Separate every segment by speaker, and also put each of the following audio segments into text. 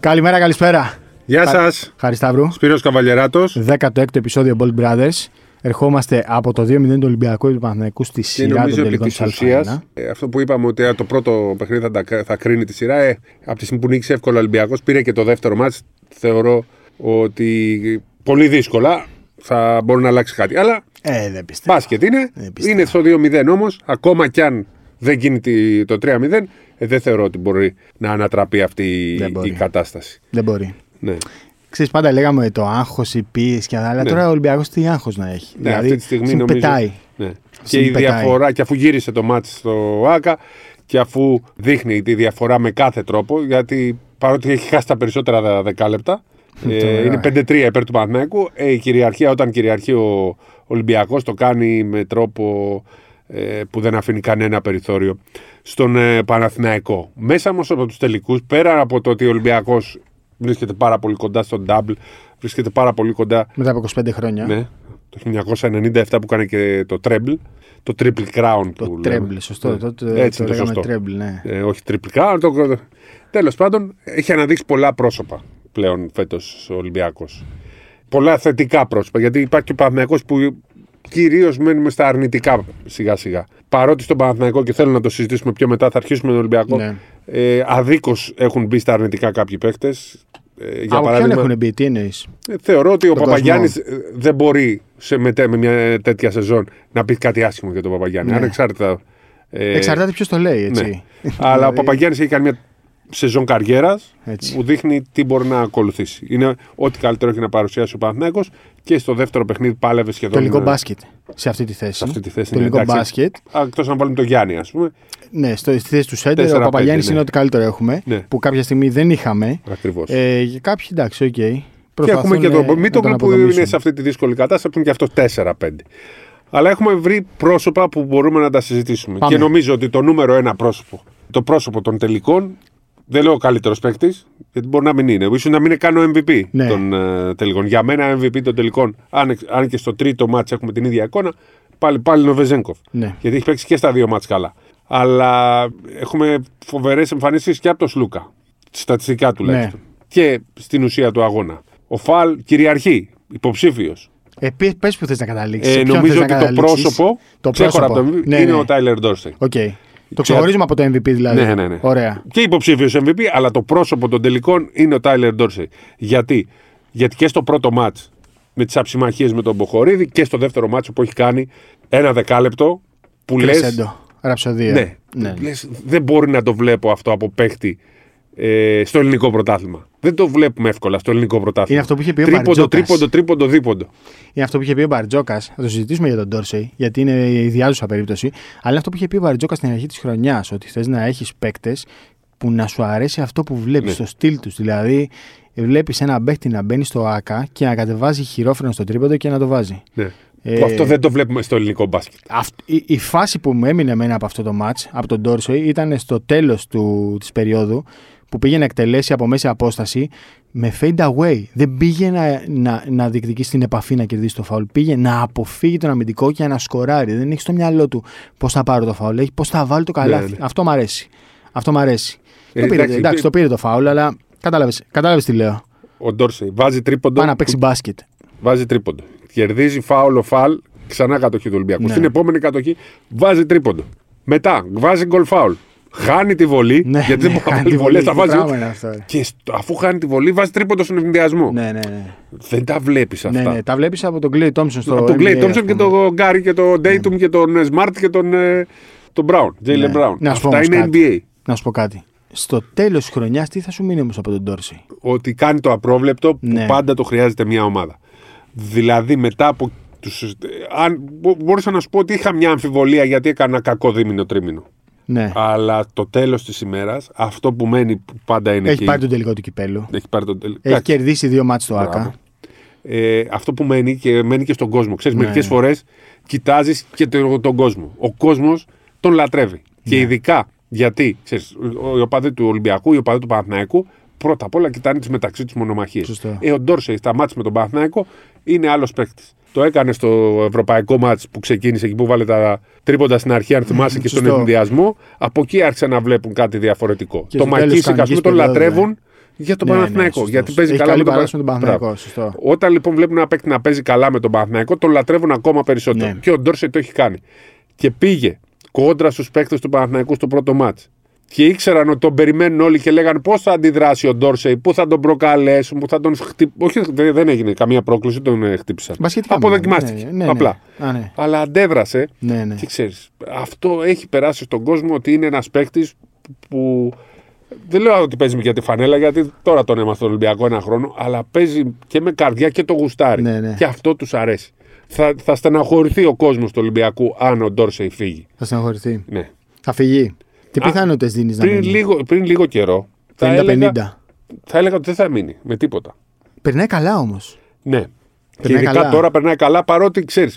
Speaker 1: Καλημέρα, καλησπέρα.
Speaker 2: Γεια
Speaker 1: Χα-
Speaker 2: σας.
Speaker 1: Χάρη Σταύρου.
Speaker 2: Σπύρος Καβαλιεράτος.
Speaker 1: 16ο επεισόδιο Bold Brothers. Ερχόμαστε από το 2-0 του Ολυμπιακού και του Παναθηναϊκού στη
Speaker 2: Και
Speaker 1: σειρά των
Speaker 2: νομίζω επί
Speaker 1: τελικών
Speaker 2: της
Speaker 1: της Α1.
Speaker 2: ουσίας, ε, αυτό που είπαμε ότι ε, το πρώτο παιχνίδι θα, τα κα- θα κρίνει τη σειρά, ε, από τη στιγμή που νίκησε εύκολα ο Ολυμπιακός, πήρε και το δεύτερο μάτς, θεωρώ ότι πολύ δύσκολα θα μπορεί να αλλάξει κάτι. Αλλά
Speaker 1: Ε, δεν πιστεύω.
Speaker 2: μπάσκετ είναι,
Speaker 1: Ε, πιστεύω.
Speaker 2: είναι στο 2-0 όμως, ακόμα κι αν δεν γίνει τη- το 3-0, ε, δεν θεωρώ ότι μπορεί να ανατραπεί αυτή η-
Speaker 1: Δεν μπορεί.
Speaker 2: η κατάσταση.
Speaker 1: Δεν μπορεί.
Speaker 2: Ναι.
Speaker 1: Ξέρεις, πάντα λέγαμε το άγχος, η πίεση και άλλα, αλλά
Speaker 2: Ναι.
Speaker 1: τώρα ο Ολυμπιακός τι άγχος να έχει. Δηλαδή,
Speaker 2: Ναι, αυτή τη στιγμή νομίζω.
Speaker 1: συμπετάει.
Speaker 2: Ναι. Και η
Speaker 1: Συμπετάει.
Speaker 2: διαφορά, και αφού γύρισε το μάτι στο ΑΚΑ, και αφού δείχνει τη διαφορά με κάθε τρόπο, γιατί παρότι έχει χάσει τα περισσότερα δε- δεκάλεπτα, ε, είναι 5-3 υπέρ του Παναθηναϊκού. Ε, η κυριαρχία, όταν κυριαρχεί ο Ολυμπιακός, το κάνει με τρόπο ε, που δεν αφήνει κανένα περιθώριο στον ε, Παναθηναϊκό. Μέσα όμως από τους τελικούς, πέρα από το ότι ο Ολυμπιακός βρίσκεται πάρα πολύ κοντά στον double, βρίσκεται πάρα πολύ κοντά
Speaker 1: Μετά από 25 χρόνια.
Speaker 2: ναι. Το 1997 που έκανε και το Treble. Το Triple Crown
Speaker 1: Το
Speaker 2: που λέμε.
Speaker 1: τρέμπλ, σωστό.
Speaker 2: Ναι.
Speaker 1: Τότε
Speaker 2: Έτσι
Speaker 1: το
Speaker 2: είναι το
Speaker 1: λέγαμε
Speaker 2: σωστό.
Speaker 1: τρέμπλ, ναι.
Speaker 2: Ε, όχι Triple Crown. Το... Τέλος πάντων, έχει αναδείξει πολλά πρόσωπα πλέον φέτος ο Ολυμπιάκος. Πολλά θετικά πρόσωπα, γιατί υπάρχει και ο Παναθηναϊκός που κυρίως μένουμε στα αρνητικά σιγά σιγά. Παρότι στον Παναθηναϊκό και θέλω να το συζητήσουμε πιο μετά, θα αρχίσουμε τον Ολυμπιακό.
Speaker 1: Ναι.
Speaker 2: Ε, Αδίκως έχουν μπει στα αρνητικά κάποιοι παίχτε. Ε, για
Speaker 1: από ποιον
Speaker 2: παράδειγμα,
Speaker 1: έχουν μπει, τι εννοείς.
Speaker 2: ε, Θεωρώ ότι ο
Speaker 1: Τον
Speaker 2: Παπαγιάννης δεν μπορεί σε μετέ, με μια ε, τέτοια σεζόν να πει κάτι άσχημο για τον Παπαγιάννη. Ανεξάρτητα. ε,
Speaker 1: Ναι. Εξαρτάται ποιος το λέει,
Speaker 2: ναι.
Speaker 1: έτσι.
Speaker 2: Αλλά ο
Speaker 1: Δηλαδή,
Speaker 2: Παπαγιάννης έχει κάνει μια σεζόν καριέρας
Speaker 1: Έτσι.
Speaker 2: που δείχνει τι μπορεί να ακολουθήσει. Είναι ό,τι καλύτερο έχει να παρουσιάσει ο Παναθυνέκο και στο δεύτερο παιχνίδι πάλευε σχεδόν.
Speaker 1: Τελικό
Speaker 2: ε,
Speaker 1: μπάσκετ σε αυτή τη θέση.
Speaker 2: Αυτή τη θέση ναι,
Speaker 1: Τελικό μπάσκετ.
Speaker 2: Εκτό να βάλουμε τον Γιάννη, ας πούμε.
Speaker 1: Ναι, στο, στη θέση του Σέντερ ο
Speaker 2: 4-5,
Speaker 1: Παπαγιάννης
Speaker 2: ναι.
Speaker 1: είναι ό,τι καλύτερο έχουμε.
Speaker 2: Ναι.
Speaker 1: Που κάποια στιγμή δεν είχαμε.
Speaker 2: Ακριβώς.
Speaker 1: Ε, και κάποιοι εντάξει, οκ. ε,
Speaker 2: Και έχουμε και
Speaker 1: το
Speaker 2: τον Μίτογκλου που είναι σε αυτή τη δύσκολη κατάσταση, που είναι και αυτό 4-5. Αλλά έχουμε βρει πρόσωπα που μπορούμε να τα συζητήσουμε.
Speaker 1: Πάμε.
Speaker 2: Και νομίζω ότι το νούμερο ένα πρόσωπο, το πρόσωπο των τελικών, δεν λέω καλύτερος παίκτης, γιατί μπορεί να μην είναι. ίσως να μην είναι καν ο MVP
Speaker 1: Ναι.
Speaker 2: των ε, τελικών. Για μένα, MVP των τελικών, αν, εξ- αν και στο τρίτο μάτς έχουμε την ίδια εικόνα, πάλι, πάλι είναι ο Βεζέγκοφ.
Speaker 1: Ναι.
Speaker 2: Γιατί έχει παίξει και στα δύο μάτς καλά. Αλλά έχουμε φοβερές εμφανίσεις και από τον Σλούκα. Στατιστικά
Speaker 1: Ναι.
Speaker 2: τουλάχιστον. Και στην ουσία του αγώνα. Ο Φαλ κυριαρχεί, υποψήφιος.
Speaker 1: Ε, πες πες που θες να καταλήξεις.
Speaker 2: Ε, νομίζω ότι το πρόσωπο,
Speaker 1: Το
Speaker 2: ξέχωρα
Speaker 1: πρόσωπο.
Speaker 2: από τον MVP,
Speaker 1: Ναι,
Speaker 2: είναι
Speaker 1: ναι.
Speaker 2: ο Τάιλερ Ντόρσεϊ.
Speaker 1: Οκ. Το ξεχωρίζουμε από το MVP δηλαδή.
Speaker 2: Ναι, ναι, ναι.
Speaker 1: Ωραία.
Speaker 2: Και υποψήφιος MVP, αλλά το πρόσωπο των τελικών είναι ο Τάιλερ Ντόρσεϊ. Γιατί? Γιατί και στο πρώτο μάτ με τις αψημαχίες με τον Μποχορίδη και στο δεύτερο μάτ που έχει κάνει ένα δεκάλεπτο που λες.
Speaker 1: Κρυσέντο. Ραψοδία.
Speaker 2: Ναι. Λες, δεν μπορεί να το βλέπω αυτό από παίχτη ε, στο ελληνικό πρωτάθλημα. Δεν το βλέπουμε εύκολα στο ελληνικό πρωτάθλημα.
Speaker 1: Είναι αυτό που είχε πει ο
Speaker 2: Τρίποντο,
Speaker 1: Μπαρτζόκας.
Speaker 2: τρίποντο, τρίποντο, δίποντο.
Speaker 1: Είναι αυτό που είχε πει ο Μπαρτζόκας. Θα το συζητήσουμε για τον Ντόρσεϊ, γιατί είναι ιδιάζουσα περίπτωση. Αλλά είναι αυτό που είχε πει ο Μπαρτζόκας στην αρχή της χρονιάς, ότι θες να έχεις παίκτες που να σου αρέσει αυτό που βλέπεις, το στυλ τους. Δηλαδή, βλέπεις ένα παίκτη να μπαίνει στο ΑΚΑ και να κατεβάζει χειρόφρενο στο τρίποντο και να το βάζει.
Speaker 2: Ναι.
Speaker 1: Ε,
Speaker 2: Που αυτό δεν το βλέπουμε στο ελληνικό μπάσκετ.
Speaker 1: Αυτ- η, η φάση που μου έμεινε εμένα από αυτό το μάτς, από τον Ντόρσεϊ, ήταν στο τέλος του, της περίοδου που πήγε να εκτελέσει από μέση απόσταση με fade away. Δεν πήγε να, να, να διεκδικήσει την επαφή να κερδίσει το φάουλ. Πήγε να αποφύγει τον αμυντικό και να σκοράρει. Δεν έχει στο μυαλό του πώς θα πάρω το φάουλ. Έχει πώς θα βάλει το καλάθι.
Speaker 2: ναι.
Speaker 1: Αυτό μου αρέσει. Αυτό μου αρέσει.
Speaker 2: Ε,
Speaker 1: το πήρε, εντάξει,
Speaker 2: εντάξει, πή-
Speaker 1: το πήρε το φάουλ, αλλά κατάλαβες, κατάλαβες τι λέω.
Speaker 2: Ο Ντόρσεϊ βάζει τρίποντο.
Speaker 1: Πάει να παίξει μπάσκετ.
Speaker 2: Βάζει τρίποντο. Κερδίζει φάουλο φαλ, ξανά κατοχή του Ολυμπιακού.
Speaker 1: Ναι.
Speaker 2: Στην επόμενη κατοχή βάζει τρίποντο. Μετά βάζει γκολ φάουλ. Χάνει τη βολή.
Speaker 1: Ναι,
Speaker 2: γιατί
Speaker 1: ναι,
Speaker 2: δεν μπορεί να
Speaker 1: χάνει
Speaker 2: βάλει
Speaker 1: τη βολή.
Speaker 2: βολές, θα
Speaker 1: Τι
Speaker 2: βάζει.
Speaker 1: πράγμα είναι αυτό, ρε.
Speaker 2: Και στο- αφού χάνει τη βολή, βάζει τρίποντο στον ευνηδιασμό.
Speaker 1: Ναι, ναι, ναι.
Speaker 2: Δεν τα βλέπεις αυτά.
Speaker 1: ναι, ναι. Τα βλέπεις από τον Clay Thompson στο
Speaker 2: από τον Κλέι
Speaker 1: NBA, ας
Speaker 2: Τόμψον και
Speaker 1: πούμε. Ναι.
Speaker 2: τον Γκάρι και τον Ντέιτουμ και τον Σμαρτ και τον, ε, τον Μπράουν. Τζέιλεν Μπράουν.
Speaker 1: Ναι. Να σου πω
Speaker 2: Αυτά
Speaker 1: όμως
Speaker 2: είναι
Speaker 1: κάτι.
Speaker 2: NBA.
Speaker 1: Να σου πω κάτι. Στο τέλος της χρονιάς, τι θα σου μείνει όμως από τον Τόρση.
Speaker 2: Ότι κάνει το απρόβλεπτο που
Speaker 1: Ναι.
Speaker 2: πάντα το χρειάζεται μια ομάδα. Δηλαδή μετά από. Τους, ε, αν, μπο- μπορούσα να σου πω ότι είχα μια αμφιβολία γιατί έκανα κακό δίμηνο τρίμηνο.
Speaker 1: Ναι.
Speaker 2: Αλλά το τέλος της ημέρας, αυτό που μένει που πάντα είναι
Speaker 1: έχει
Speaker 2: εκεί.
Speaker 1: πάρει τον τελικό του κυπέλου.
Speaker 2: Έχει πάρει τον τέλο.
Speaker 1: Έχει κερδίσει δύο μάτς στο
Speaker 2: Μπράβο.
Speaker 1: ΑΚΑ.
Speaker 2: Ε, αυτό που μένει και μένει και στον κόσμο. Ξέρεις,
Speaker 1: Ναι.
Speaker 2: μερικές φορές κοιτάζεις και το- τον κόσμο. Ο κόσμος τον λατρεύει.
Speaker 1: Ναι.
Speaker 2: Και ειδικά γιατί, ξέρεις, ο- οι οπαδοί του Ολυμπιακού, οι οπαδοί του Παναθηναϊκού, πρώτα απ' όλα κοιτάνε τις μεταξύ τους μονομαχίες.
Speaker 1: Σωστό.
Speaker 2: Ε, ο Ντόρσεϊ στα μάτς με τον Παναθηναϊκό είναι άλλος παίκτης. Το έκανε στο ευρωπαϊκό μάτς που ξεκίνησε εκεί που βάλε τα τρίποντα στην αρχή, αν θυμάσαι, και στον
Speaker 1: σωστό.
Speaker 2: ενδιασμό. Από εκεί άρχισαν να βλέπουν κάτι διαφορετικό.
Speaker 1: Και
Speaker 2: το
Speaker 1: στο τέλος
Speaker 2: Μακίσικ, α
Speaker 1: κανονικής
Speaker 2: πούμε, τον
Speaker 1: περίοδου, ε.
Speaker 2: λατρεύουν για τον
Speaker 1: Ναι, ναι,
Speaker 2: Παναθηναϊκό.
Speaker 1: σωστό.
Speaker 2: γιατί παίζει
Speaker 1: Έχει
Speaker 2: καλά
Speaker 1: καλή
Speaker 2: με τον
Speaker 1: παράδοση με τον
Speaker 2: Μπράβο.
Speaker 1: Παναθηναϊκό, σωστό.
Speaker 2: Όταν λοιπόν βλέπουν ένα παίκτη να παίζει καλά με τον Παναθηναϊκό, τον λατρεύουν ακόμα περισσότερο.
Speaker 1: Ναι.
Speaker 2: Και ο Ντόρσετ το έχει κάνει. Και πήγε κόντρα στους παίκτες του Παναθηναϊκού στο πρώτο μάτ. Και ήξεραν ότι τον περιμένουν όλοι και λέγανε πώς θα αντιδράσει ο Ντόρσεϊ, πού θα τον προκαλέσουν, πού θα τον χτυπήσουν. Όχι, δε- δεν έγινε καμία πρόκληση, τον ε, χτύπησαν.
Speaker 1: Μπασχετικά
Speaker 2: Αποδοκιμάστηκε.
Speaker 1: μόνο, ναι, ναι, ναι.
Speaker 2: Απλά.
Speaker 1: Α, ναι.
Speaker 2: Αλλά αντέδρασε.
Speaker 1: Ναι, ναι.
Speaker 2: Και ξέρεις, αυτό έχει περάσει στον κόσμο ότι είναι ένας παίκτης που. Δεν λέω ότι παίζει για τη φανέλα, γιατί τώρα τον έμαθα στον Ολυμπιακό ένα χρόνο, αλλά παίζει και με καρδιά και το γουστάρι.
Speaker 1: Ναι, ναι.
Speaker 2: Και αυτό τους αρέσει. Θα, θα στεναχωρηθεί ο κόσμος του Ολυμπιακού αν ο Ντόρσεϊ φύγει.
Speaker 1: Θα στεναχωρηθεί.
Speaker 2: Ναι.
Speaker 1: Θα φυγεί. Τι
Speaker 2: Α,
Speaker 1: πιθανότητες δίνεις να
Speaker 2: Πριν,
Speaker 1: μείνεις.
Speaker 2: λίγο, πριν λίγο καιρό. Θα
Speaker 1: 50-50.
Speaker 2: έλεγα, θα έλεγα ότι δεν θα μείνει με τίποτα.
Speaker 1: Περνάει καλά όμως.
Speaker 2: Ναι. Και
Speaker 1: Περνάει
Speaker 2: ειδικά
Speaker 1: καλά.
Speaker 2: τώρα περνάει καλά παρότι ξέρεις.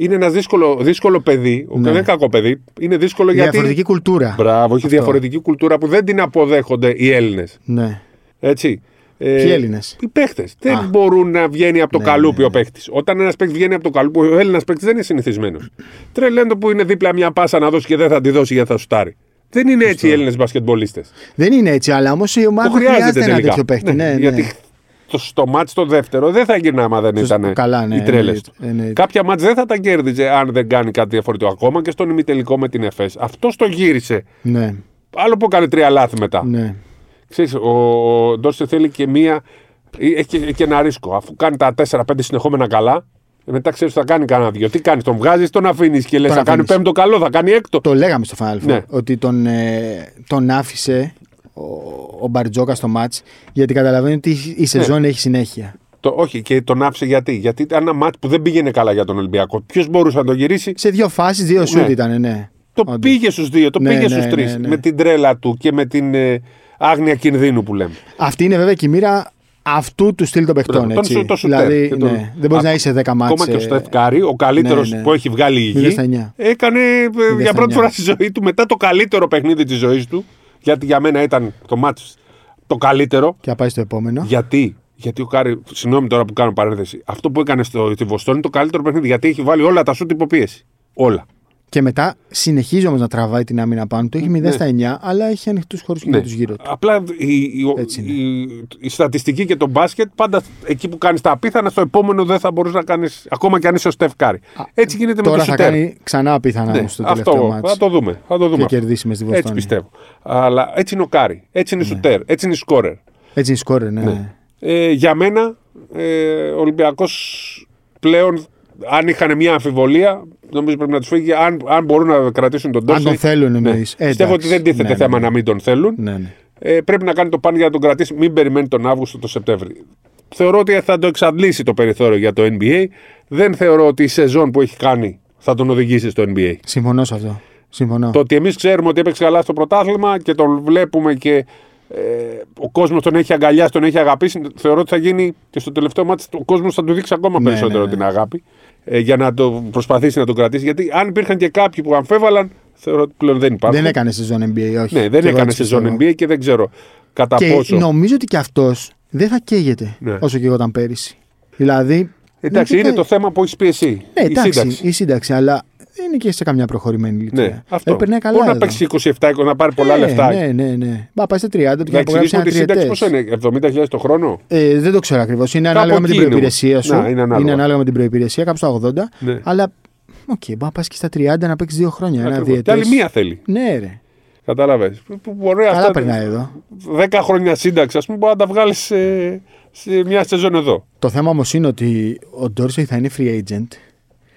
Speaker 2: Είναι ένα δύσκολο, δύσκολο παιδί. Ο-
Speaker 1: Ναι.
Speaker 2: Δεν είναι κακό παιδί. Είναι δύσκολο
Speaker 1: Διαφορετική
Speaker 2: γιατί.
Speaker 1: κουλτούρα.
Speaker 2: Μπράβο, έχει διαφορετική κουλτούρα που δεν την αποδέχονται οι Έλληνες.
Speaker 1: Ναι.
Speaker 2: Έτσι. Ε,
Speaker 1: Ποιοι Έλληνες?
Speaker 2: Οι παίχτες.
Speaker 1: Α.
Speaker 2: Δεν μπορούν να βγαίνει από το
Speaker 1: Ναι,
Speaker 2: καλούπι
Speaker 1: ναι,
Speaker 2: ο παίχτης. Όταν ένας παίχτης βγαίνει από το καλούπι, ο Έλληνας παίχτης δεν είναι συνηθισμένος. Τρελαίνω που είναι δίπλα μια πάσα να δώσει και δεν θα τη δώσει γιατί θα σουτάρει. Δεν είναι έτσι οι Έλληνες μπασκετμπολίστες.
Speaker 1: Δεν είναι έτσι, αλλά όμως η ομάδα
Speaker 2: Που
Speaker 1: χρειάζεται,
Speaker 2: χρειάζεται
Speaker 1: ένα
Speaker 2: τελικά.
Speaker 1: τέτοιο παίχτη. Ναι, ναι.
Speaker 2: Γιατί το, στο μάτς το δεύτερο δεν θα γυρνά άμα δεν
Speaker 1: Σωστό,
Speaker 2: ήταν
Speaker 1: καλά, ναι,
Speaker 2: οι τρέλε
Speaker 1: εννοείται,
Speaker 2: του.
Speaker 1: εννοείται.
Speaker 2: Κάποια μάτς δεν θα τα κέρδιζε αν δεν κάνει κάτι διαφορετικό. Ακόμα και στον ημιτελικό με την ΕΦΕΣ. Αυτό το γύρισε.
Speaker 1: ναι,
Speaker 2: Άλλο που έκανε τρία λάθη μετά.
Speaker 1: ναι.
Speaker 2: Ξέρεις, ο, ο Ντόρσε θέλει και μία. ε, Έχει και, και ένα ρίσκο. Αφού κάνει τα 4-5 συνεχόμενα καλά, μετά ξέρεις θα κάνει κανένα δυο. Τι κάνεις, τον βγάζεις, τον αφήνεις και λες:
Speaker 1: Τον
Speaker 2: Θα κάνει
Speaker 1: αφήνεις.
Speaker 2: πέμπτο καλό, θα κάνει έκτο.
Speaker 1: Το λέγαμε στο Final Four
Speaker 2: Ναι.
Speaker 1: ότι τον, ε, τον άφησε ο, ο Μπαρτζόκα στο μάτ γιατί καταλαβαίνει ότι
Speaker 2: Ναι.
Speaker 1: η σεζόν έχει συνέχεια.
Speaker 2: Το, όχι, και τον άφησε γιατί. Γιατί ήταν ένα μάτ που δεν πήγαινε καλά για τον Ολυμπιακό. Ποιος μπορούσε να τον γυρίσει,
Speaker 1: Σε δύο φάσεις, δύο σουτ
Speaker 2: Ναι.
Speaker 1: ήταν, ναι.
Speaker 2: Το
Speaker 1: Όντως.
Speaker 2: πήγε στους δύο, το
Speaker 1: Ναι,
Speaker 2: πήγε
Speaker 1: ναι,
Speaker 2: στους τρεις.
Speaker 1: ναι, ναι.
Speaker 2: Με την τρέλα του και με την ε, άγνοια κινδύνου που λέμε.
Speaker 1: Αυτή είναι βέβαια και η μοίρα αυτού του στυλ των παιχτών.
Speaker 2: Μπράβο, τον
Speaker 1: Έτσι.
Speaker 2: σου- το σουτέρ
Speaker 1: δηλαδή,
Speaker 2: και τον-
Speaker 1: ναι, δεν μπορείς
Speaker 2: Α,
Speaker 1: να είσαι ε, 10 μάτσε.
Speaker 2: Ακόμα και ο Στεφ Κάρι, ο καλύτερος
Speaker 1: ναι, ναι.
Speaker 2: που έχει βγάλει η
Speaker 1: Μηδέν στα
Speaker 2: γη,
Speaker 1: εννιά.
Speaker 2: έκανε ε, για
Speaker 1: στα
Speaker 2: πρώτη
Speaker 1: εννιά.
Speaker 2: φορά στη ζωή του μετά το καλύτερο παιχνίδι της ζωής του. Γιατί για μένα ήταν το μάτς το καλύτερο.
Speaker 1: Και θα πάει στο επόμενο.
Speaker 2: Γιατί, γιατί ο Κάρι, συγγνώμη τώρα που κάνω παρένθεση, αυτό που έκανε στο, στη Βοστόνη είναι το καλύτερο παιχνίδι. Γιατί έχει βάλει όλα τα σου υποπίεση. Όλα.
Speaker 1: Και μετά συνεχίζει όμως να τραβάει την άμυνα πάνω του. Έχει 0 στα 9, αλλά έχει ανοιχτούς χώρους και
Speaker 2: Ναι.
Speaker 1: ναι. τους γύρω του.
Speaker 2: Απλά η, η, ο-
Speaker 1: Έτσι είναι.
Speaker 2: η- η στατιστική και το μπάσκετ πάντα εκεί που κάνεις τα απίθανα, στο επόμενο δεν θα μπορείς να κάνεις ακόμα κι αν είσαι ο Στεφ Κάρι. Έτσι γίνεται με
Speaker 1: Τώρα
Speaker 2: το
Speaker 1: θα
Speaker 2: Σουτέρ.
Speaker 1: κάνει ξανά απίθανα
Speaker 2: Ναι,
Speaker 1: όμως το τελευταίο
Speaker 2: αυτό θα
Speaker 1: μάτς.
Speaker 2: το δούμε. Θα το δούμε.
Speaker 1: κερδίσει με στη
Speaker 2: έτσι
Speaker 1: Βοστόνη. Ναι.
Speaker 2: πιστεύω. Αλλά έτσι είναι ο Κάρι. Έτσι είναι η Σουτέρ. Έτσι είναι η Σκόρερ.
Speaker 1: Έτσι είναι σκόρε, ναι. ναι.
Speaker 2: Ε, για μένα, ε, ο Ολυμπιακός πλέον, αν είχαν μια αμφιβολία, νομίζω πρέπει να τους φύγει. Αν, αν μπορούν να κρατήσουν τον Τόρσεϊ.
Speaker 1: τον θέλουν, εννοείς. Ε,
Speaker 2: Πιστεύω ότι
Speaker 1: εντάξει.
Speaker 2: δεν τίθεται
Speaker 1: Ναι, ναι,
Speaker 2: θέμα
Speaker 1: ναι.
Speaker 2: να μην τον θέλουν.
Speaker 1: ναι, ναι.
Speaker 2: Ε, πρέπει να κάνει το παν για να τον κρατήσει. Μην περιμένει τον Αύγουστο, τον Σεπτέμβρη. Θεωρώ ότι θα το εξαντλήσει το περιθώριο για το NBA. Δεν θεωρώ ότι η σεζόν που έχει κάνει θα τον οδηγήσει στο NBA.
Speaker 1: Συμφωνώ σε αυτό. Συμφωνώ.
Speaker 2: Το ότι εμείς ξέρουμε ότι έπαιξε καλά στο πρωτάθλημα και τον βλέπουμε και ε, ο κόσμος τον έχει αγκαλιάσει, τον έχει αγαπήσει. Θεωρώ ότι θα γίνει και στο τελευταίο μάτι ο κόσμος θα του δείξει ακόμα
Speaker 1: Ναι,
Speaker 2: περισσότερο
Speaker 1: ναι, ναι.
Speaker 2: την αγάπη ε, για να το προσπαθήσει να τον κρατήσει. Γιατί αν υπήρχαν και κάποιοι που αμφέβαλαν, θεωρώ ότι πλέον δεν υπάρχουν.
Speaker 1: Δεν έκανε σεζόν NBA, όχι.
Speaker 2: ναι,
Speaker 1: Και
Speaker 2: δεν
Speaker 1: εγώ
Speaker 2: έκανε
Speaker 1: έτσι
Speaker 2: σεζόν
Speaker 1: πιστεύω.
Speaker 2: NBA και δεν ξέρω κατά
Speaker 1: Και
Speaker 2: πόσο.
Speaker 1: νομίζω ότι και αυτός δεν θα καίγεται
Speaker 2: Ναι.
Speaker 1: όσο και εγώ ήταν πέρυσι. Δηλαδή.
Speaker 2: Εντάξει,
Speaker 1: δεν
Speaker 2: είναι
Speaker 1: θα-
Speaker 2: το θέμα που έχεις πει εσύ.
Speaker 1: Ναι,
Speaker 2: η
Speaker 1: εντάξει,
Speaker 2: σύνταξη.
Speaker 1: η σύνταξη, αλλά δεν είναι και σε καμιά προχωρημένη ηλικία.
Speaker 2: Ναι, αυτό.
Speaker 1: Δηλαδή, περνάει καλά.
Speaker 2: Μπορεί να
Speaker 1: εδώ.
Speaker 2: παίξει 27, να πάρει πολλά
Speaker 1: ναι,
Speaker 2: λεφτά.
Speaker 1: Ναι, ναι, ναι. Μα πάει στα 30 του και
Speaker 2: Να
Speaker 1: να υπογράψει
Speaker 2: εξηγήσουμε
Speaker 1: ένα
Speaker 2: ότι η σύνταξη πόσο
Speaker 1: τριετέ.
Speaker 2: είναι, 70.000 το χρόνο.
Speaker 1: Ε, δεν το ξέρω ακριβώς. Είναι ανάλογα με την
Speaker 2: εκεί είναι
Speaker 1: προπηρεσία
Speaker 2: όμως.
Speaker 1: σου.
Speaker 2: Να, είναι ανάλογα.
Speaker 1: με την προπηρεσία, κάπου στα 80.
Speaker 2: Ναι.
Speaker 1: Αλλά. Οκ, μπορεί να πας και στα 30 να παίξεις δύο χρόνια. Ένα
Speaker 2: Ακριβώς. Και
Speaker 1: διετές.
Speaker 2: άλλη μία θέλει.
Speaker 1: Ναι, ρε.
Speaker 2: Κατάλαβες. Μπορεί
Speaker 1: Καλά
Speaker 2: αυτά
Speaker 1: περνάει εδώ.
Speaker 2: 10 χρόνια σύνταξη, ας πούμε, μπορεί να τα βγάλεις σε, σε μια σεζόν εδώ.
Speaker 1: Το θέμα όμως είναι ότι ο Ντόρσεϊ θα είναι free agent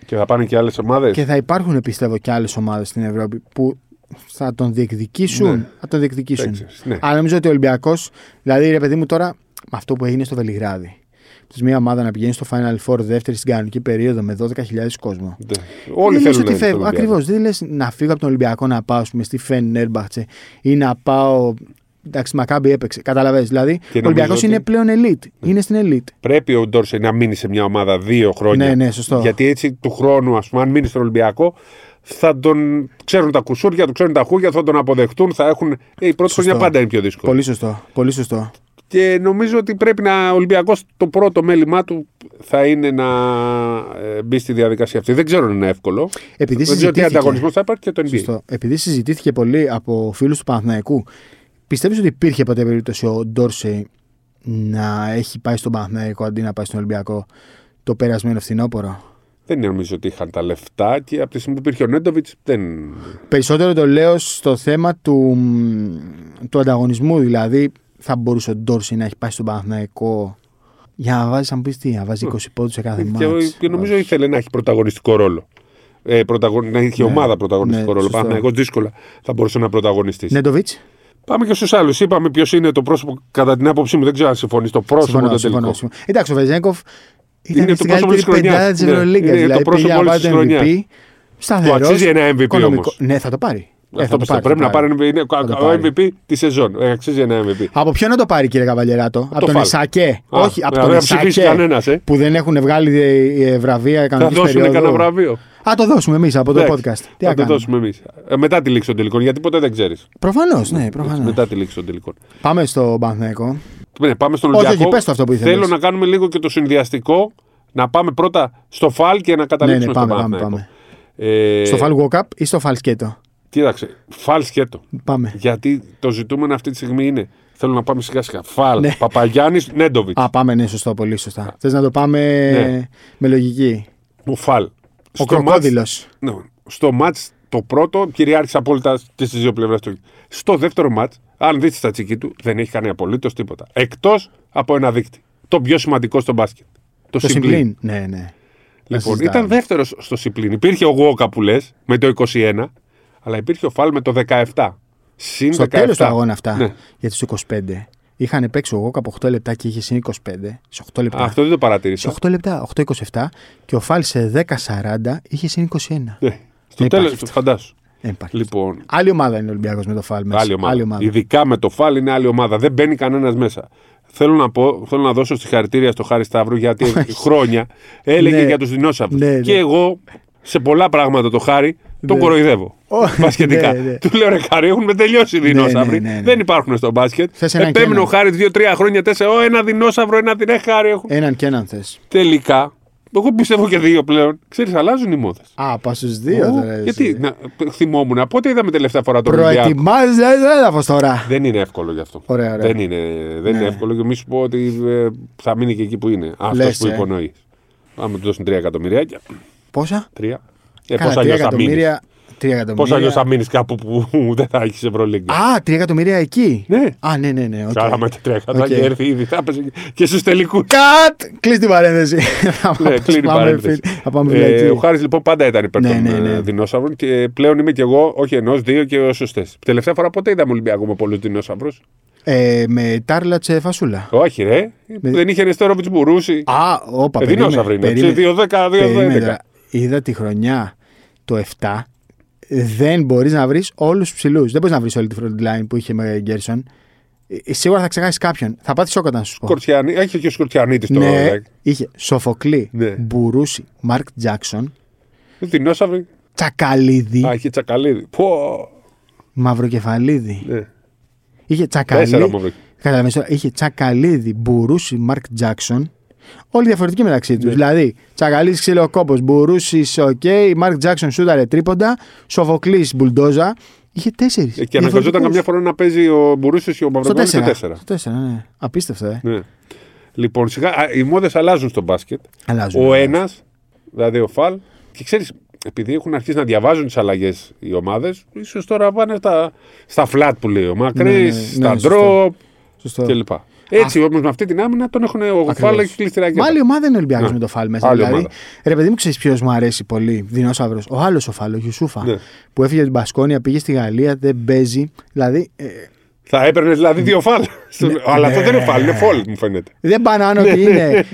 Speaker 2: Και θα πάνε και άλλες ομάδες.
Speaker 1: και θα υπάρχουν πιστεύω και άλλες ομάδες στην Ευρώπη που θα τον διεκδικήσουν.
Speaker 2: Ναι.
Speaker 1: Θα τον διεκδικήσουν.
Speaker 2: Δεν ξέρεις, ναι.
Speaker 1: Αλλά νομίζω ότι ο Ολυμπιακός, δηλαδή ρε παιδί μου τώρα, με αυτό που έγινε στο Βελιγράδι. Της μία ομάδα να πηγαίνει στο Final Four δεύτερη στην κανονική περίοδο με 12.000 κόσμο.
Speaker 2: Όλοι
Speaker 1: δεν λες
Speaker 2: θέλουν
Speaker 1: ότι
Speaker 2: να είναι
Speaker 1: φεύγω.
Speaker 2: στον Ολυμπιακό.
Speaker 1: Ακριβώς. Δεν λες να φύγω από τον Ολυμπιακό να πάω ας πούμε, στη Φεν Νέρμπαχτσε ή να πάω. Εντάξει, Μακάμπι έπαιξε. Καταλαβαίνεις. Δηλαδή, ο
Speaker 2: νομίζω
Speaker 1: Ολυμπιακός
Speaker 2: ότι- Ναι.
Speaker 1: είναι πλέον elite. Είναι στην elite.
Speaker 2: Πρέπει ο Ντόρσεϊ να μείνει σε μια ομάδα δύο χρόνια.
Speaker 1: Ναι, ναι, σωστό.
Speaker 2: Γιατί έτσι του χρόνου, ας πούμε, αν μείνει στον Ολυμπιακό, θα τον ξέρουν τα κουσούρια, του ξέρουν τα χούρια, θα τον αποδεχτούν, θα έχουν. Ε, η πρώτη
Speaker 1: Σωστό.
Speaker 2: χρονιά πάντα είναι πιο δύσκολη.
Speaker 1: Πολύ σωστό. Πολύ σωστό.
Speaker 2: Και νομίζω ότι πρέπει να ο Ολυμπιακός το πρώτο μέλημά του θα είναι να ε, μπει στη διαδικασία αυτή. Δεν ξέρω αν είναι εύκολο.
Speaker 1: Επειδή
Speaker 2: δεν ξέρω τι
Speaker 1: συζητήθηκε.
Speaker 2: ανταγωνισμός θα υπάρχει και το NBA.
Speaker 1: Σωστό. Επειδή συζητήθηκε πολύ από φίλους του Παναθηναϊκού Πιστεύεις ότι υπήρχε ποτέ περίπτωση ο Ντόρσεϊ να έχει πάει στον Παναθηναϊκό αντί να πάει στον Ολυμπιακό το περασμένο φθινόπωρο.
Speaker 2: Δεν νομίζω ότι είχαν τα λεφτά και από τη στιγμή που υπήρχε ο Νέντοβιτ δεν.
Speaker 1: Περισσότερο το λέω στο θέμα του, του ανταγωνισμού. Δηλαδή, θα μπορούσε ο Ντόρση να έχει πάει στον Παναθηναϊκό για να βάζει, αν πεις τι, να βάζει 20 πόντους σε κάθε
Speaker 2: Και,
Speaker 1: μάτς.
Speaker 2: και νομίζω ήθελε να έχει πρωταγωνιστικό ρόλο. Ε, πρωταγων... Να είχε ομάδα πρωταγωνιστικό
Speaker 1: Ναι,
Speaker 2: ρόλο. Ο
Speaker 1: σωστό. Ναι.
Speaker 2: Παναθηναϊκός δύσκολα θα μπορούσε να πρωταγωνιστήσει.
Speaker 1: Νέντοβιτ.
Speaker 2: Πάμε και στους άλλους. Είπαμε ποιος είναι το πρόσωπο, κατά την άποψή μου, δεν ξέρω αν συμφωνείς. Το πρόσωπο
Speaker 1: Συμφωνώ,
Speaker 2: το
Speaker 1: συμφωνώ.
Speaker 2: τελικό.
Speaker 1: συμφωνώ. Εντάξει, ο Βεζέγκοφ ήταν
Speaker 2: Είναι το
Speaker 1: στην
Speaker 2: πρόσωπο
Speaker 1: καλύτερη
Speaker 2: της χρονιάς.
Speaker 1: πεντάδα της
Speaker 2: Ναι,
Speaker 1: Ευρωλίγκα.
Speaker 2: είναι το
Speaker 1: Δηλαδή,
Speaker 2: πρόσωπο
Speaker 1: πήγε να
Speaker 2: όλης
Speaker 1: πάρει
Speaker 2: της
Speaker 1: το MVP.
Speaker 2: χρονιάς.
Speaker 1: Σταθερός,
Speaker 2: αξίζει ένα MVP
Speaker 1: οικονομικό.
Speaker 2: όμως.
Speaker 1: Ναι, θα το πάρει. Ε,
Speaker 2: Αυτό
Speaker 1: θα το πάρει,
Speaker 2: πιστεύω. Πρέπει
Speaker 1: θα
Speaker 2: να
Speaker 1: το πάρει.
Speaker 2: πάρει είναι
Speaker 1: Θα το
Speaker 2: ο
Speaker 1: πάρει.
Speaker 2: MVP της σεζόν. Ε, Αξίζει ένα MVP.
Speaker 1: Από ποιον να το πάρει, κύριε Καβαλιεράτο, από
Speaker 2: το
Speaker 1: τον
Speaker 2: Φαλ.
Speaker 1: Εσακέ.
Speaker 2: Α,
Speaker 1: Όχι, από
Speaker 2: να
Speaker 1: τον
Speaker 2: μην ψηφίσει
Speaker 1: Εσακέ.
Speaker 2: κανένας, ε.
Speaker 1: Που δεν έχουν βγάλει ε, βραβεία
Speaker 2: Θα
Speaker 1: κανονικής
Speaker 2: δώσουν
Speaker 1: περίοδου.
Speaker 2: κανένα βραβείο.
Speaker 1: Α, το δώσουμε εμείς από το
Speaker 2: Εντάξει,
Speaker 1: podcast. Τι να
Speaker 2: Θα το
Speaker 1: κάνουμε.
Speaker 2: δώσουμε εμείς. Μετά τη λήξη των τελικών, γιατί ποτέ δεν ξέρεις.
Speaker 1: Προφανώς, ναι, προφανώς.
Speaker 2: Μετά τη λήξη των τελικών.
Speaker 1: Πάμε στο Παναθηναϊκό.
Speaker 2: Ναι, πάμε στον
Speaker 1: Όχι,
Speaker 2: Ολυμπιακό.
Speaker 1: όχι, πες το αυτό που ήθελες.
Speaker 2: Θέλω να κάνουμε λίγο και το συνδυαστικό. Να πάμε πρώτα στο φαλ και να καταλήξουμε
Speaker 1: ναι,
Speaker 2: στο
Speaker 1: πάμε, πάμε,
Speaker 2: Παναθηναϊκό. Ε,
Speaker 1: Στο Fall Walk Up ή στο Fall Σκέτο.
Speaker 2: Κοίταξε, φαλ σκέτο.
Speaker 1: Πάμε.
Speaker 2: Γιατί το ζητούμενο αυτή τη στιγμή είναι. Θέλω να πάμε σιγά σιγά. Φαλ,
Speaker 1: Ναι.
Speaker 2: ναι. Παπαγιάννης, Νέντοβιτ.
Speaker 1: Α, πάμε, ναι, σωστό, πολύ σωστά. Θες να το πάμε
Speaker 2: Ναι.
Speaker 1: με λογική.
Speaker 2: Ο Φαλ.
Speaker 1: Ο κροκόδηλος.
Speaker 2: Ναι, στο μάτ το πρώτο κυριάρχησε απόλυτα και στι δύο πλευρές του. Στο δεύτερο μάτ, αν δεις τη στατική του, δεν έχει κάνει απολύτως τίποτα. Εκτός από ένα δείκτη. Το πιο σημαντικό στο μπάσκετ. Το,
Speaker 1: Το
Speaker 2: συμπλήν.
Speaker 1: συμπλήν. Ναι, ναι.
Speaker 2: Λοιπόν,
Speaker 1: συζητάμε.
Speaker 2: ήταν δεύτερος στο συμπλήν. Υπήρχε ο Γουόκα που λες με το 21, αλλά υπήρχε ο Φαλ με το 17. Συν
Speaker 1: Στο
Speaker 2: 17.
Speaker 1: τέλος του αγώνα αυτά,
Speaker 2: Ναι.
Speaker 1: για τους 25, είχαν παίξει εγώ από 8 λεπτά και είχε συν 25. Σε 8 λεπτά.
Speaker 2: Α, Αυτό δεν το παρατήρησα.
Speaker 1: Σε 8 λεπτά, 8-27 και ο Φάλ σε 10-40 είχε συν 21.
Speaker 2: Ναι.
Speaker 1: Δεν
Speaker 2: Στο τέλος,
Speaker 1: υπάρχει
Speaker 2: φαντάσου.
Speaker 1: Δεν Ε, υπάρχει.
Speaker 2: Λοιπόν,
Speaker 1: Άλλη ομάδα είναι ο Ολυμπιακός με το Φάλ μέσα.
Speaker 2: Άλλη ομάδα. Ειδικά με το φάλ είναι άλλη ομάδα. Δεν μπαίνει κανένας μέσα. Θέλω να, πω, θέλω να δώσω συγχαρητήρια στο Χάρη Σταύρου γιατί χρόνια έλεγε
Speaker 1: Ναι.
Speaker 2: για τους δεινόσαυρους.
Speaker 1: Ναι, ναι.
Speaker 2: Και εγώ σε πολλά πράγματα το Χάρη τον
Speaker 1: Ναι.
Speaker 2: κοροϊδεύω.
Speaker 1: Ω,
Speaker 2: Μπασκετικά.
Speaker 1: ναι, ναι.
Speaker 2: Του λέω ρε Χάρη, έχουν με τελειώσει οι δεινόσαυροι.
Speaker 1: ναι, ναι, ναι.
Speaker 2: Δεν υπάρχουν στο μπάσκετ.
Speaker 1: Θες έναν και
Speaker 2: Επέμεινε ο
Speaker 1: έναν.
Speaker 2: Χάρη δύο-τρία χρόνια, τέσσερα. Ω, ένα δεινόσαυρο, ένα την Χάρη έχουν.
Speaker 1: Έναν και έναν θες.
Speaker 2: Τελικά. Εγώ πιστεύω και δύο πλέον. Ξέρεις, αλλάζουν οι μόδες.
Speaker 1: Α, πας στους δύο. τώρα, εσύ.
Speaker 2: Γιατί να, θυμόμουν, πότε είδαμε τελευταία φορά τον Ολυμπιακό.
Speaker 1: Προετοιμάζεσαι έδαφο τώρα.
Speaker 2: Δεν είναι εύκολο γι' αυτό.
Speaker 1: Ωραία, ωραία. Ναι.
Speaker 2: Δεν είναι, δεν είναι εύκολο και μη σου πω ότι ε, θα μείνει και εκεί που είναι. Αυτός
Speaker 1: Λες,
Speaker 2: που
Speaker 1: ε.
Speaker 2: υπονοείς. Άμα του δώσουν 3 εκατομμυριάκια.
Speaker 1: Πόσα?
Speaker 2: 3. Ε,
Speaker 1: Κάνα
Speaker 2: πώ
Speaker 1: τρία
Speaker 2: αλλιώ θα μείνει.
Speaker 1: εκατομμύρια. Τρία εκατομμύρια.
Speaker 2: Πώ αλλιώ θα μείνει κάπου που δεν θα έχεις Ευρωλίγκα.
Speaker 1: Α, 3 εκατομμύρια εκεί.
Speaker 2: Ναι.
Speaker 1: Α, ναι, ναι, ναι. οκ.
Speaker 2: Άρα με τα 3 εκατομμύρια
Speaker 1: Οκ.
Speaker 2: έρθει ήδη. Θα πέσει και στους τελικούς.
Speaker 1: Κατ! Κλείς την παρένθεση. Θα
Speaker 2: Ναι,
Speaker 1: πάμε-
Speaker 2: κλείνει η
Speaker 1: πάμε
Speaker 2: παρένθεση.
Speaker 1: φιλ- Θα πάμε
Speaker 2: Ε,
Speaker 1: φυλακή.
Speaker 2: ο Χάρης λοιπόν πάντα ήταν υπέρ
Speaker 1: Ναι,
Speaker 2: των
Speaker 1: ναι,
Speaker 2: ε,
Speaker 1: ναι.
Speaker 2: δεινόσαυρων και πλέον είμαι και εγώ, όχι ενός, δύο και σωστέ. Τελευταία φορά ποτέ είδαμε Ολυμπιακό με πολλούς δεινόσαυρους.
Speaker 1: Ε, με τάρλατσε φασούλα.
Speaker 2: Όχι, ρε.
Speaker 1: Ε,
Speaker 2: Δεν είχε Νεστόροβιτ Μπουρούση.
Speaker 1: Α, όπα,
Speaker 2: Ε,
Speaker 1: περίμενε,
Speaker 2: δεινόσαυροι είναι.
Speaker 1: περίμενε.
Speaker 2: Έτσι, 2-10, 2-10.
Speaker 1: Περίμενε τώρα. Είδα τη χρονιά το 7 δεν μπορείς να βρεις όλους τους ψηλούς. Δεν μπορείς να βρεις όλη τη front line που είχε με Γκέρσον. Ε, Σίγουρα θα ξεχάσεις κάποιον. Θα πάθεις σοκ όταν σου πω.
Speaker 2: Σκορτιανή, έχει και ο Σκορτιανίτης το
Speaker 1: Ναι,
Speaker 2: ναι.
Speaker 1: είχε Σοφοκλή,
Speaker 2: Ναι.
Speaker 1: Μπουρούση, Μάρκ Τζάξον,
Speaker 2: ε, Δεινόσαυροι.
Speaker 1: Τσακαλίδη,
Speaker 2: Α, είχε τσακαλίδι. Πω.
Speaker 1: Μαυροκεφαλίδη.
Speaker 2: Ναι.
Speaker 1: Είχε
Speaker 2: Τέσσερα
Speaker 1: Τσακαλίδη.
Speaker 2: μου βρήκε.
Speaker 1: Καταλαβαίνεις τώρα, είχε Τσακαλίδη, Μπουρούση, Μάρκ Τζάξον. Όλοι διαφορετικοί μεταξύ
Speaker 2: Ναι.
Speaker 1: του. Δηλαδή, Τσακαλίδη ξύλο κόπος, Μπουρούσης, οκ, Μάρκ Τζάξον σούταρε τρίποντα, Σοφοκλής, Μπουλντόζα. Είχε τέσσερις.
Speaker 2: Ε, Και αναγκαζόταν καμιά φορά να παίζει ο Μπουρούσης και ο
Speaker 1: Στο
Speaker 2: Μαυρογόνη στο
Speaker 1: τέσσερα.
Speaker 2: 4.
Speaker 1: Στο τέσσερα, ναι. Απίστευτο, ε.
Speaker 2: Ναι. Λοιπόν, σιγά, α, οι μόδες αλλάζουν στο μπάσκετ.
Speaker 1: Αλλάζουν.
Speaker 2: Ο ένας, δηλαδή ο Φαλ, και ξέρεις, επειδή έχουν αρχίσει να διαβάζουν τις αλλαγές οι ομάδες, ίσως τώρα πάνε στα, στα flat που λέει ο Μακρύ,
Speaker 1: Ναι, ναι, ναι,
Speaker 2: στα
Speaker 1: σωστό.
Speaker 2: drop
Speaker 1: Σωστό.
Speaker 2: κλπ. Έτσι όμως με αυτή την άμυνα τον έχουν ο Φαλ
Speaker 1: Ακριβώς.
Speaker 2: έχει κλείσει την
Speaker 1: Μα
Speaker 2: ρακέτα.
Speaker 1: άλλη ομάδα είναι ο Ολυμπιακός
Speaker 2: Ναι.
Speaker 1: με το φάλ μέσα.
Speaker 2: Άλλη
Speaker 1: δηλαδή.
Speaker 2: ομάδα.
Speaker 1: Ρε, παιδί μου, ξέρεις ποιος μου αρέσει πολύ. Δεινόσαυρος. Ο άλλος ο φάλ, ο Γιουσούφα.
Speaker 2: Ναι.
Speaker 1: Που έφυγε από την Πασκόνια, πήγε στη Γαλλία, δεν παίζει. Δηλαδή, ε,
Speaker 2: Θα έπαιρνες δηλαδή δύο φαλ. Στο-
Speaker 1: Ναι,
Speaker 2: Αλλά αυτό δεν είναι φαλ, είναι φολ, μου φαίνεται.
Speaker 1: δεν πανάνω ότι
Speaker 2: ναι,
Speaker 1: είναι.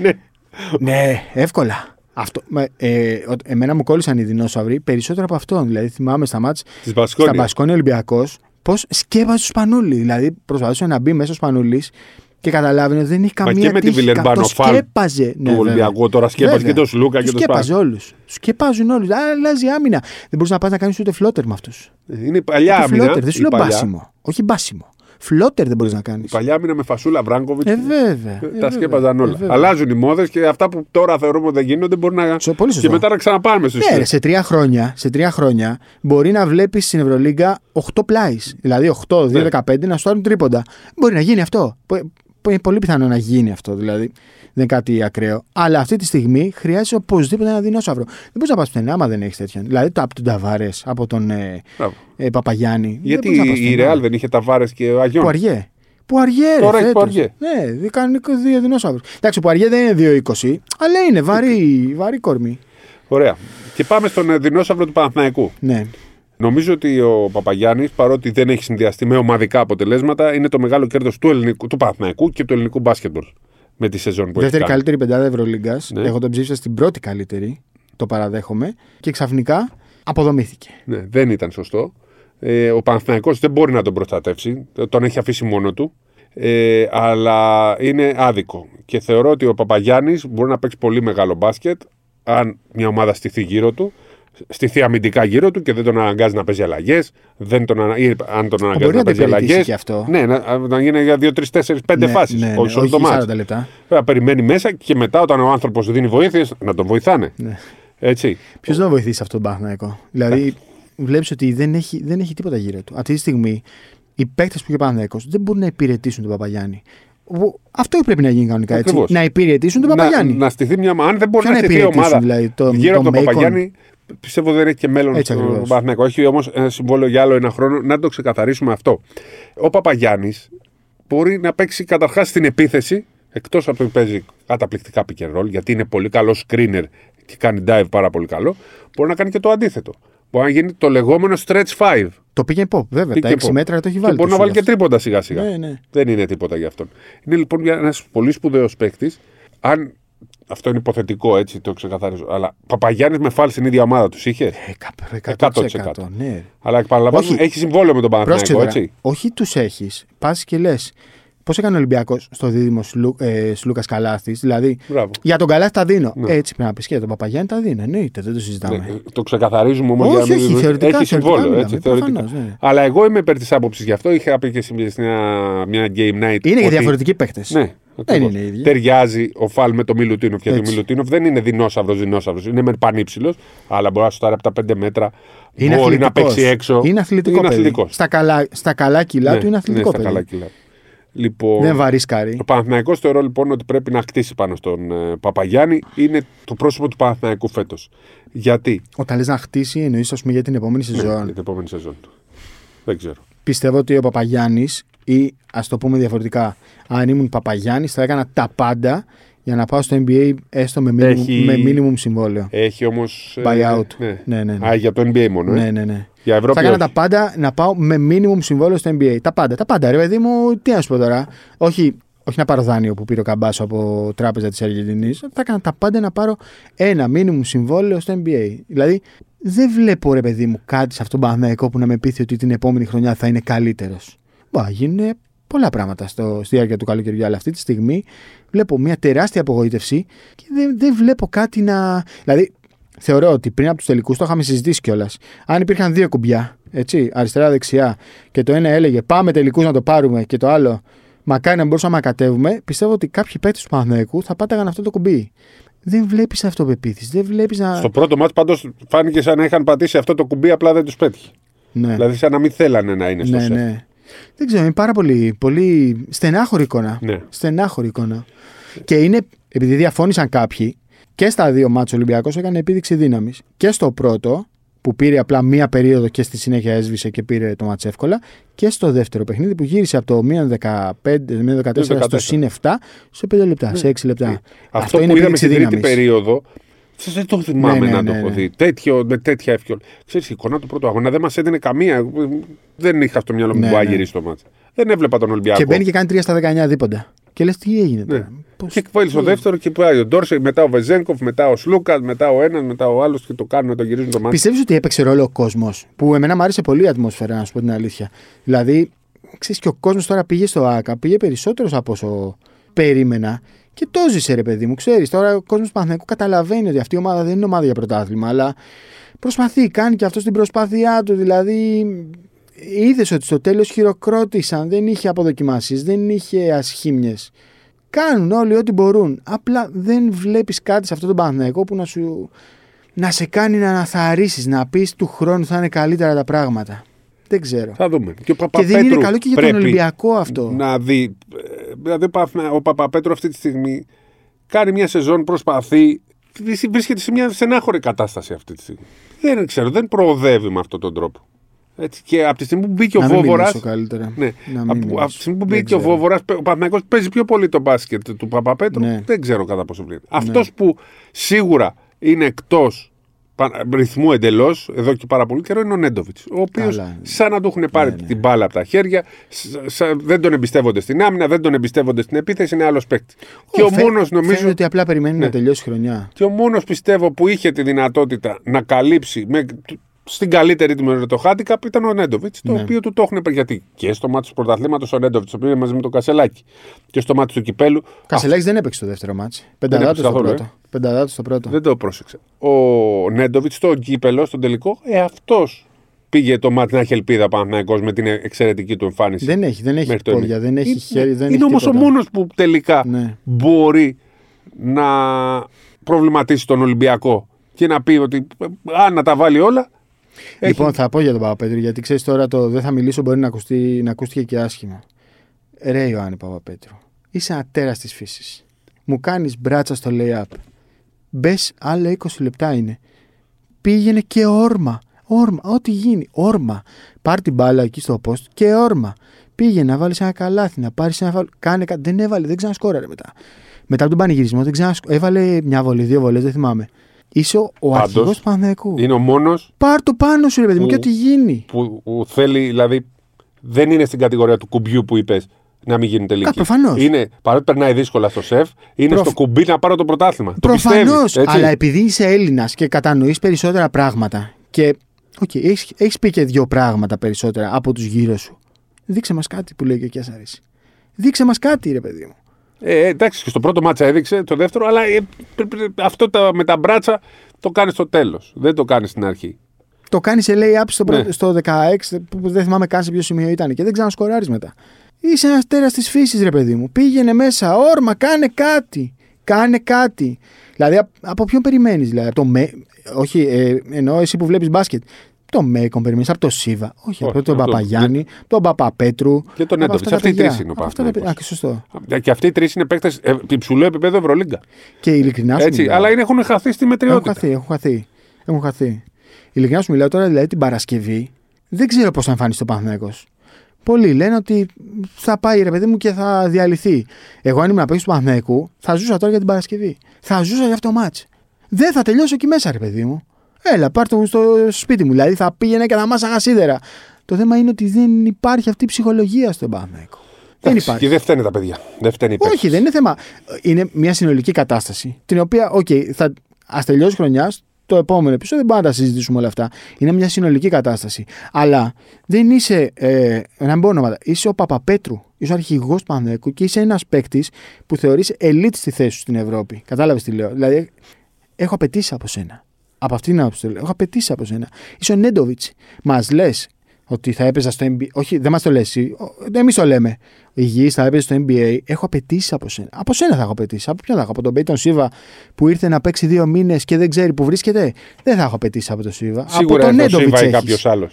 Speaker 1: ναι, εύκολα. Αυτό, με- ε, ο- εμένα μου κόλλησαν οι δεινόσαυροι περισσότερο από αυτόν. Δηλαδή, θυμάμαι στα μάτς
Speaker 2: Της
Speaker 1: στα
Speaker 2: Μπασκόνια.
Speaker 1: Μπασκόνια Ολυμπιακός πώς σκέπαζε τους Σπανούλη. Δηλαδή, προσπαθούσε να μπει μέσα ο Σπανούλης και καταλάβαινε ότι δεν είχε καμία
Speaker 2: και με τη
Speaker 1: τύχη.
Speaker 2: Βιλερμπάν
Speaker 1: Το
Speaker 2: ο Φαλ
Speaker 1: σκέπαζε. Ναι,
Speaker 2: του Ολυμπιακού. Τώρα σκέπαζε
Speaker 1: Βέβαια.
Speaker 2: και τον Σλούκα και
Speaker 1: Τους
Speaker 2: τον
Speaker 1: σκέπαζε
Speaker 2: Σπαν.
Speaker 1: όλους. Τους σκεπάζουν όλους. Αλλάζει άμυνα. Δεν μπορεί να πας να κάνεις ούτε φλότερ με αυτούς.
Speaker 2: Είναι η παλιά
Speaker 1: Ούτε
Speaker 2: άμυνα.
Speaker 1: φλότερ. Ε, Δεν σου
Speaker 2: η
Speaker 1: λέω
Speaker 2: παλιά.
Speaker 1: μπάσιμο. Όχι μπάσιμο. Φλότερ δεν μπορείς να κάνεις.
Speaker 2: Παλιά μήνα με φασούλα Βράγκοβιτ.
Speaker 1: Ε, βέβαια. Ε, βέβαια.
Speaker 2: τα σκέπαζαν όλα.
Speaker 1: Ε, βέβαια.
Speaker 2: Αλλάζουν οι μόδες και αυτά που τώρα θεωρούμε ότι δεν γίνονται μπορεί να.
Speaker 1: Σω- πολύ σωστό.
Speaker 2: Και μετά να ξαναπάρουμε στους.
Speaker 1: Ναι, ρε, σε τρία χρόνια, σε τρία χρόνια μπορεί να βλέπεις στην Ευρωλίγκα 8 πλάις. Δηλαδή 8, 2,
Speaker 2: Ναι.
Speaker 1: 15 να σου τρίποντα. Μπορεί να γίνει αυτό. Πο- πο- Είναι πολύ πιθανό να γίνει αυτό, δηλαδή. Δεν είναι κάτι ακραίο. Αλλά αυτή τη στιγμή χρειάζεσαι οπωσδήποτε ένα δεινόσαυρο. Δεν μπορείς να πας πουθενά άμα δεν έχεις τέτοιον. Δηλαδή το- από τον Ταβάρες, από τον ε,
Speaker 2: Μπράβο.
Speaker 1: ε, Παπαγιάννη. Δεν
Speaker 2: Γιατί
Speaker 1: μπορείς να πας
Speaker 2: η
Speaker 1: πουθενά.
Speaker 2: Ρεάλ δεν είχε τα βάρε και ο Αγιών.
Speaker 1: Που αργέ. Που αργέ, ρε,
Speaker 2: Τώρα έχει
Speaker 1: φέτος.
Speaker 2: Πουαριέ.
Speaker 1: Ναι, δι- κανονικό δύο δεινόσαυρους. Εντάξει, που αργέ δεν είναι 2,20, αλλά είναι βαρύ, βαρύ κορμί.
Speaker 2: Ωραία. Και πάμε στον ε, δεινόσαυρο του Παναθηναϊκού.
Speaker 1: Ναι.
Speaker 2: Νομίζω ότι ο Παπαγιάννης, παρότι δεν έχει συνδυαστεί με ομαδικά αποτελέσματα, είναι το μεγάλο κέρδος του, ελληνικού- του Παναθηναϊκού και του ελληνικού μπάσκετμπολ με τη σεζόν που
Speaker 1: Δεύτερη
Speaker 2: έχει κάνει.
Speaker 1: καλύτερη πεντάδα Ευρωλίγκας.
Speaker 2: Ναι.
Speaker 1: Εγώ τον ψήφισα στην πρώτη καλύτερη. Το παραδέχομαι. Και ξαφνικά αποδομήθηκε.
Speaker 2: Ναι, δεν ήταν σωστό. Ε, ο Παναθηναϊκός δεν μπορεί να τον προστατεύσει. Τον έχει αφήσει μόνο του. Ε, αλλά είναι άδικο. Και θεωρώ ότι ο Παπαγιάννης μπορεί να παίξει πολύ μεγάλο μπάσκετ αν μια ομάδα στηθεί γύρω του, στηθεί αμυντικά γύρω του και δεν τον αναγκάζει να παίζει αλλαγές. Δεν τον ανα... ή αν τον αναγκάζει
Speaker 1: Μπορεί
Speaker 2: να
Speaker 1: να το
Speaker 2: παίζει
Speaker 1: υπηρετήσει
Speaker 2: αλλαγές.
Speaker 1: και αυτό.
Speaker 2: Ναι, να, να γίνει για 2, 3, 4, 5
Speaker 1: Ναι,
Speaker 2: φάσεις.
Speaker 1: ναι, ναι,
Speaker 2: όχι
Speaker 1: όχι
Speaker 2: όλο το μάτς.
Speaker 1: 40 λεπτά.
Speaker 2: Πρέπει να περιμένει μέσα και μετά όταν ο άνθρωπος δίνει βοήθειες να τον βοηθάνε.
Speaker 1: Ναι.
Speaker 2: Έτσι.
Speaker 1: Ποιος να βοηθήσει αυτόν τον Παναθηναϊκό. Δηλαδή, βλέπεις ότι δεν έχει, δεν έχει τίποτα γύρω του. Αυτή τη στιγμή, οι παίκτες που είχε ο Παναθηναϊκός δεν μπορούν να υπηρετήσουν τον Παπαγιάννη. Ο- Αυτό πρέπει να γίνει κανονικά έτσι.
Speaker 2: Ακριβώς.
Speaker 1: Να υπηρετήσουν τον
Speaker 2: να,
Speaker 1: Παπαγιάννη.
Speaker 2: να στηθεί μια ομάδα. Αν δεν μπορεί
Speaker 1: Ποιον
Speaker 2: να στηθεί η
Speaker 1: υπηρετήσουν,
Speaker 2: ομάδα
Speaker 1: δηλαδή, το-
Speaker 2: γύρω
Speaker 1: το
Speaker 2: από τον
Speaker 1: Macon?
Speaker 2: Παπαγιάννη, πιστεύω δεν έχει και μέλλον
Speaker 1: Έτσι
Speaker 2: στον
Speaker 1: ακριβώς.
Speaker 2: Παναθηναϊκό. Έχει όμως ένα συμβόλαιο για άλλο ένα χρόνο. Να το ξεκαθαρίσουμε αυτό. Ο Παπαγιάννης μπορεί να παίξει καταρχάς στην επίθεση, εκτός από το ότι παίζει καταπληκτικά pick and roll, γιατί είναι πολύ καλό screener και κάνει dive πάρα πολύ καλό. Μπορεί να κάνει και το αντίθετο. Μπορεί να γίνει το λεγόμενο stretch 5.
Speaker 1: Το πήγε pop, βέβαια.
Speaker 2: Pick
Speaker 1: τα
Speaker 2: and
Speaker 1: 6
Speaker 2: pop.
Speaker 1: μέτρα το έχει
Speaker 2: Και
Speaker 1: βάλει.
Speaker 2: Μπορεί
Speaker 1: το
Speaker 2: να βάλει και
Speaker 1: Σούλιας.
Speaker 2: τρίποντα σιγά σιγά.
Speaker 1: Ναι, ναι.
Speaker 2: Δεν είναι τίποτα για αυτόν. Είναι λοιπόν ένας πολύ σπουδαίος παίκτης. Αν αυτό είναι υποθετικό, έτσι το ξεκαθαρίζω. Αλλά Παπαγιάννης με φάλει στην ίδια ομάδα τους είχες.
Speaker 1: Ε, κάπου-
Speaker 2: 100%.
Speaker 1: 100%. Ναι.
Speaker 2: Αλλά επαναλαμβάνω,
Speaker 1: Όχι.
Speaker 2: έχει συμβόλαιο με τον
Speaker 1: Πρόσεξε
Speaker 2: Παναθηναϊκό,
Speaker 1: τώρα.
Speaker 2: έτσι.
Speaker 1: Όχι τους έχεις. Πας και λες. Πώς έκανε ο Ολυμπιακός στο δίδυμο Σλου, ε, Σλούκας Καλάθης. Δηλαδή,
Speaker 2: Μπράβο.
Speaker 1: για τον Καλάθη τα δίνω. Έτσι πρέπει να πεις και τον Παπαγιάννη τα δίνω. Εννοείται, δεν το συζητάμε.
Speaker 2: Ναι, το ξεκαθαρίζουμε όμως
Speaker 1: Όχι,
Speaker 2: για να μην
Speaker 1: όχι,
Speaker 2: δούμε.
Speaker 1: θεωρητικά,
Speaker 2: Έχει
Speaker 1: θεωρητικά
Speaker 2: συμβόλαιο.
Speaker 1: μιλάμε,
Speaker 2: έτσι, θεωρητικά.
Speaker 1: προφανώς, ναι.
Speaker 2: Αλλά εγώ είμαι υπέρ της άποψης γι' αυτό. Είχα πει και σε μια, μια game night.
Speaker 1: είναι και
Speaker 2: ότι-
Speaker 1: διαφορετικοί παίκτες.
Speaker 2: Ναι,
Speaker 1: Δεν
Speaker 2: ακριβώς.
Speaker 1: είναι οι ίδιοι.
Speaker 2: Ταιριάζει ο Φαλ με το Μιλουτίνοφ. Γιατί
Speaker 1: Έτσι.
Speaker 2: ο Μιλουτίνοφ δεν είναι δεινόσαυρος, δεινόσαυρος. Είναι με πανύψηλος, αλλά μπορεί να σου από τα 5 μέτρα.
Speaker 1: Είναι
Speaker 2: μπορεί να
Speaker 1: αθλητικός.
Speaker 2: παίξει έξω.
Speaker 1: Είναι αθλητικό.
Speaker 2: Είναι
Speaker 1: παιδί.
Speaker 2: αθλητικός.
Speaker 1: Στα, καλά, στα καλά κιλά
Speaker 2: Ναι,
Speaker 1: του είναι αθλητικό.
Speaker 2: ναι, στα
Speaker 1: παιδί. Ναι,
Speaker 2: καλά κιλά. Λοιπόν,
Speaker 1: Δεν βαρίσκαρει.
Speaker 2: ο Παναθυναϊκό θεωρώ λοιπόν ότι πρέπει να χτίσει πάνω στον ε, Παπαγιάννη. Είναι το πρόσωπο του Παναθηναϊκού φέτος. Γιατί
Speaker 1: Όταν λες να χτίσει, εννοείς ας πούμε για την επόμενη
Speaker 2: για
Speaker 1: σεζόν.
Speaker 2: την επόμενη σεζόν του. Δεν ξέρω.
Speaker 1: πιστεύω ότι ο Παπαγιάννης, ή ας το πούμε διαφορετικά, αν ήμουν Παπαγιάννης, θα έκανα τα πάντα για να πάω στο NBA έστω με minimum,
Speaker 2: Έχει-
Speaker 1: με minimum συμβόλαιο.
Speaker 2: Έχει όμως.
Speaker 1: Buyout.
Speaker 2: Ναι.
Speaker 1: Ναι, ναι, ναι.
Speaker 2: Α, για το NBA μόνο. ε.
Speaker 1: ναι, ναι, ναι.
Speaker 2: Για Ευρώπη.
Speaker 1: θα έκανα
Speaker 2: όχι.
Speaker 1: τα πάντα να πάω με minimum συμβόλαιο στο NBA. Τα πάντα, τα πάντα. Ρε παιδί μου, τι να σου πω τώρα. Όχι, όχι να πάρω δάνειο που πήρε ο Καμπάσο από τράπεζα της Αργεντινής. Θα έκανα τα πάντα να πάρω ένα minimum συμβόλαιο στο NBA. Δηλαδή, δεν βλέπω ρε παιδί μου κάτι σε αυτόν τον Παναθηναϊκό που να με πείθει ότι την επόμενη χρονιά θα είναι καλύτερος. Μπα, γίνουν πολλά πράγματα στο, στη διάρκεια του καλοκαιριού. Αλλά αυτή τη στιγμή βλέπω μια τεράστια απογοήτευση και δεν, δεν βλέπω κάτι να. Δηλαδή, θεωρώ ότι πριν από τους τελικούς το είχαμε συζητήσει κιόλας. Αν υπήρχαν δύο κουμπιά, έτσι, αριστερά-δεξιά, και το ένα έλεγε Πάμε τελικούς να το πάρουμε, και το άλλο Μακάρι να μπορούσαμε να κατέβουμε, πιστεύω ότι κάποιοι παίκτες του Παναθηναϊκού θα πάταγαν αυτό το κουμπί. Δεν βλέπεις αυτοπεποίθηση, δεν βλέπεις να.
Speaker 2: Στο πρώτο μάτι πάντως φάνηκε σαν να είχαν πατήσει αυτό το κουμπί, απλά δεν τους πέτυχε.
Speaker 1: Ναι.
Speaker 2: Δηλαδή, σαν να μην θέλανε να είναι στο
Speaker 1: ναι,
Speaker 2: σεφ.
Speaker 1: ναι. Δεν ξέρω, είναι πάρα πολύ, πολύ στενάχωρη εικόνα.
Speaker 2: Ναι.
Speaker 1: Στενάχωρη εικόνα. Και είναι, επειδή διαφώνησαν κάποιοι, και στα δύο μάτς ο Ολυμπιακός έκανε επίδειξη δύναμης. Και στο πρώτο, που πήρε απλά μία περίοδο και στη συνέχεια έσβησε και πήρε το μάτς εύκολα, και στο δεύτερο παιχνίδι που γύρισε από το μείον 15, μείον 14 στο
Speaker 2: 14.
Speaker 1: συν 7 σε 5 λεπτά, σε 6 λεπτά.
Speaker 2: Ναι. Ε, Αυτό, που είδαμε στην τρίτη περίοδο. ξέρεις, Δεν το θυμάμαι
Speaker 1: Ναι, ναι,
Speaker 2: να
Speaker 1: ναι,
Speaker 2: το έχω
Speaker 1: ναι.
Speaker 2: δει. Τέτοιο, με τέτοια εύκολη. Ξέρεις, η εικόνα του πρώτου αγώνα δεν μας έδινε καμία. Δεν είχα στο μυαλό μου
Speaker 1: Ναι,
Speaker 2: που
Speaker 1: ναι.
Speaker 2: άγειρη στο μάτς. Δεν έβλεπα τον Ολυμπιακό.
Speaker 1: Και μπαίνει και κάνει 3 στα 19 δίποντα. Και λες τι έγινε. τώρα, πώς-
Speaker 2: Ναι. Και βάλει στο δεύτερο και που ο Ντόρσεϊ, μετά ο Βεζέγκοφ, μετά ο Σλούκας, μετά ο ένας, μετά ο άλλος και το κάνουν, το γυρίζουν το μάτι.
Speaker 1: Πιστεύεις ότι έπαιξε ρόλο ο κόσμος. Που εμένα μου άρεσε πολύ η ατμόσφαιρα, να σου πω την αλήθεια. Δηλαδή, ξέρεις και ο κόσμος τώρα πήγε στο ΑΚΑ, πήγε περισσότερο από όσο περίμενα. Και το ζησε, ρε παιδί μου, ξέρεις. Τώρα ο κόσμος του Παναθηναϊκού καταλαβαίνει ότι αυτή η ομάδα δεν είναι ομάδα για πρωτάθλημα, αλλά προσπαθεί, κάνει και αυτό την προσπάθειά του. Δηλαδή, είδες ότι στο τέλος χειροκρότησαν, δεν είχε αποδοκιμάσεις, δεν είχε ασχήμιες. Κάνουν όλοι ό,τι μπορούν. Απλά δεν βλέπεις κάτι σε αυτό τον Παναθηναϊκό που να σου. να σε κάνει να αναθαρρύσεις, να πεις του χρόνου θα είναι καλύτερα τα πράγματα. Δεν ξέρω.
Speaker 2: Θα δούμε. Και,
Speaker 1: Και
Speaker 2: ο
Speaker 1: δεν είναι
Speaker 2: Παπαπέτρου
Speaker 1: καλό και για τον
Speaker 2: πρέπει
Speaker 1: Ολυμπιακό αυτό.
Speaker 2: Να δει. ε, Δηλαδή, ο Παπα- ο Παπαπέτρου αυτή τη στιγμή κάνει μια σεζόν, προσπαθεί. βρίσκ- Βρίσκεται σε μια στενάχωρη κατάσταση αυτή τη στιγμή. Δεν ξέρω, δεν προοδεύει με αυτόν τον τρόπο. Έτσι, και από τη στιγμή που μπήκε ο
Speaker 1: να μην
Speaker 2: Βόβορας.
Speaker 1: μιλήσω καλύτερα.
Speaker 2: Ναι.
Speaker 1: Να μην
Speaker 2: Από,
Speaker 1: μιλήσω.
Speaker 2: από τη στιγμή που
Speaker 1: Δεν
Speaker 2: μπήκε ο
Speaker 1: ξέρω.
Speaker 2: Βόβορας, ο Παναγιώ παίζει πιο πολύ το μπάσκετ του Παπαπέτρου.
Speaker 1: Ναι.
Speaker 2: Δεν ξέρω κατά πόσο βλέπει. Αυτός που σίγουρα είναι εκτός ρυθμού εντελώς εδώ και πάρα πολύ καιρό είναι ο Νέντοβιτ. Ο οποίος
Speaker 1: Καλά. Ναι,
Speaker 2: σαν να του έχουν πάρει την μπάλα από τα χέρια, σα- σα- δεν τον εμπιστεύονται στην άμυνα, δεν τον εμπιστεύονται στην επίθεση, είναι άλλος παίκτης. και ο
Speaker 1: Φαι-
Speaker 2: μόνος νομίζω.
Speaker 1: Ε,
Speaker 2: Ναι.
Speaker 1: Φαίνεται ότι απλά περιμένει να τελειώσει η χρονιά.
Speaker 2: Και ο μόνος πιστεύω που είχε τη δυνατότητα να καλύψει με, στην καλύτερη του μέρα το handicap ήταν ο Νέντοβιτ, το
Speaker 1: Ναι.
Speaker 2: οποίο του το έχουν πει. Γιατί και στο μάτι του πρωταθλήματος ο Νέντοβιτ, ο οποίος είναι μαζί με τον Κασελάκη, και στο μάτι του κυπέλου. Α,
Speaker 1: Κασελάκη δεν έπαιξε το δεύτερο μάτσο. Πενταδάτο στο
Speaker 2: καθόλου,
Speaker 1: πρώτο.
Speaker 2: ε.
Speaker 1: Πενταδάτος στο πρώτο.
Speaker 2: δεν το πρόσεξε. Ο Νέντοβιτ στο κύπελο, στον τελικό, ε, αυτός πήγε το μάτι να έχει ελπίδα Παναθηναϊκός με την εξαιρετική του εμφάνιση.
Speaker 1: Δεν έχει, δεν έχει
Speaker 2: μέχρι το
Speaker 1: πόδια,
Speaker 2: ημι.
Speaker 1: δεν έχει
Speaker 2: Είναι-
Speaker 1: χέρι, δεν
Speaker 2: Είναι
Speaker 1: έχει
Speaker 2: όμως ο
Speaker 1: τίποτα.
Speaker 2: μόνος που τελικά
Speaker 1: Ναι.
Speaker 2: μπορεί να προβληματίσει τον Ολυμπιακό και να πει ότι ε, αν να τα βάλει όλα. έχει-
Speaker 1: Λοιπόν, θα πω για τον Παπαπέτρου, γιατί ξέρεις τώρα το δεν θα μιλήσω μπορεί να, ακουστεί, να ακούστηκε και άσχημα. Ρε Ιωάννη Παπαπέτρου, είσαι ένα τέρα της φύσης. Μου κάνεις μπράτσα στο lay-up. Μπες άλλα 20 λεπτά είναι. Πήγαινε και όρμα. Όρμα, ό,τι γίνει. Όρμα. Πάρ την μπάλα εκεί στο post και όρμα. Πήγαινε να βάλεις ένα καλάθι, να πάρεις ένα φάουλ. Κάνε κάτι. Δεν έβαλε, δεν ξανασκόραρε μετά. Μετά από τον πανηγυρισμό δεν ξανασκόραρε. Έβαλε μια βολή, δύο βολές, δεν θυμάμαι. Είσαι ο- ο
Speaker 2: Πάντως,
Speaker 1: αρχηγός του Παναθηναϊκού.
Speaker 2: Είναι ο μόνος
Speaker 1: Πάρ το πάνω σου, ρε παιδί μου,
Speaker 2: Που-
Speaker 1: και ό,τι γίνει.
Speaker 2: που, που θέλει, δηλαδή δεν είναι στην κατηγορία του κουμπιού που είπες να μην γίνει τελική.
Speaker 1: Α, προφανώς.
Speaker 2: Είναι, παρότι περνάει δύσκολα στο σεφ, είναι
Speaker 1: Προφ-
Speaker 2: στο κουμπί να πάρω το πρωτάθλημα.
Speaker 1: Προφανώ.
Speaker 2: Το πιστεύεις.
Speaker 1: Αλλά επειδή είσαι Έλληνας και κατανοείς περισσότερα πράγματα και. Οκ, έχεις, έχεις πει και δύο πράγματα περισσότερα από τους γύρω σου. Δείξε μας κάτι που λέει και ο Κιάσαρης. Δείξε μας κάτι, ρε παιδί μου.
Speaker 2: Ε, εντάξει, και στο πρώτο μάτσα έδειξε, το δεύτερο, αλλά ε, πρέ- πρέ- αυτό τα, με τα μπράτσα το κάνεις στο τέλος. Δεν το κάνεις στην αρχή.
Speaker 1: Το κάνεις σε lay-up στο,
Speaker 2: Ναι.
Speaker 1: πρώτο- στο 16, που που δεν θυμάμαι καν σε ποιο σημείο ήταν και δεν ξανασκοράρεις μετά. Είσαι ένας τέρας της φύσης, ρε παιδί μου. Πήγαινε μέσα, όρμα, κάνε κάτι. Κάνε κάτι. Δηλαδή, απ- από ποιον περιμένεις, δηλαδή, από το με... Όχι, ε, εννοώ εσύ που βλέπεις μπάσκετ. Το Μέικον περιμένει, από το Σίβα. Όχι, από
Speaker 2: Όχι,
Speaker 1: τον
Speaker 2: από το-
Speaker 1: Παπαγιάννη, τον Παπαπέτρου.
Speaker 2: Και τον
Speaker 1: από
Speaker 2: Νέντοβιτς.
Speaker 1: αυτά τα
Speaker 2: Αυτοί οι
Speaker 1: παιδιά.
Speaker 2: τρεις είναι ο
Speaker 1: Από αυτά τα παιδιά. Α,
Speaker 2: Παναθηναϊκός.
Speaker 1: και σωστό.
Speaker 2: Α, Και αυτοί οι τρεις είναι παίκτες ε, υψηλού επίπεδου Ευρωλίγκα.
Speaker 1: Και ειλικρινά σου.
Speaker 2: Έτσι,
Speaker 1: μιλάω.
Speaker 2: αλλά είναι, έχουν χαθεί στη
Speaker 1: Έχουν
Speaker 2: μετριότητα.
Speaker 1: χαθεί, έχουν χαθεί. Έχουν χαθεί. Ειλικρινά σου μιλάω τώρα, δηλαδή την Παρασκευή, δεν ξέρω πώς θα εμφανιστεί ο Παναθυναϊκό. Πολλοί λένε ότι θα πάει ρε παιδί μου και θα διαλυθεί. Εγώ, αν ήμουν απέξω του Παναθυναϊκού, θα ζούσα τώρα για την Παρασκευή. Θα ζούσα για αυτό το μάτ. Δεν θα τελειώσω εκεί μέσα, ρε παιδί μου. Έλα, πάρτε μου στο σπίτι μου. Δηλαδή θα πήγαινα και θα μάσαγα σίδερα. Το θέμα είναι ότι δεν υπάρχει αυτή η ψυχολογία στον Παναθυναϊκό. Δεν
Speaker 2: Εντάξει,
Speaker 1: υπάρχει.
Speaker 2: Και δεν φταίνε τα παιδιά. Δεν φταίνε οι παίκτες.
Speaker 1: Όχι, δεν είναι θέμα. Είναι μια συνολική κατάσταση. Την οποία, οκ, θα ας τελειώσει η χρονιά, το επόμενο επεισόδιο δεν πάμε να τα συζητήσουμε όλα αυτά. Είναι μια συνολική κατάσταση. Αλλά δεν είσαι. Ε, να μην πω ονόματα. Είσαι ο Παπαπέτρου. Είσαι ο αρχηγός του Παναθηναϊκού και είσαι ένας παίκτης που θεωρείς ελίτ στη θέση σου στην Ευρώπη. Κατάλαβες τι λέω. Δηλαδή, έχω απαιτήσει από σένα. Από αυτήν την άποψη το λέω. Έχω απαιτήσει από σένα. Είσαι ο Νέντοβιτ. Μας λες ότι θα έπαιζα στο NBA. Όχι, δεν μας το λες. Εμείς το λέμε. Υγιή θα έπαιζε στο NBA. Έχω απαιτήσει από σένα. Από σένα θα έχω απαιτήσει. Από ποιον θα έχω. Από τον Πέιτον Σίβα που ήρθε να παίξει δύο μήνες και δεν ξέρει που βρίσκεται. Δεν θα έχω απαιτήσει από τον Σίβα.
Speaker 2: Σίγουρα
Speaker 1: από τον
Speaker 2: είναι ο
Speaker 1: Νέντοβιτ.
Speaker 2: Σίβα ή κάποιος άλλος.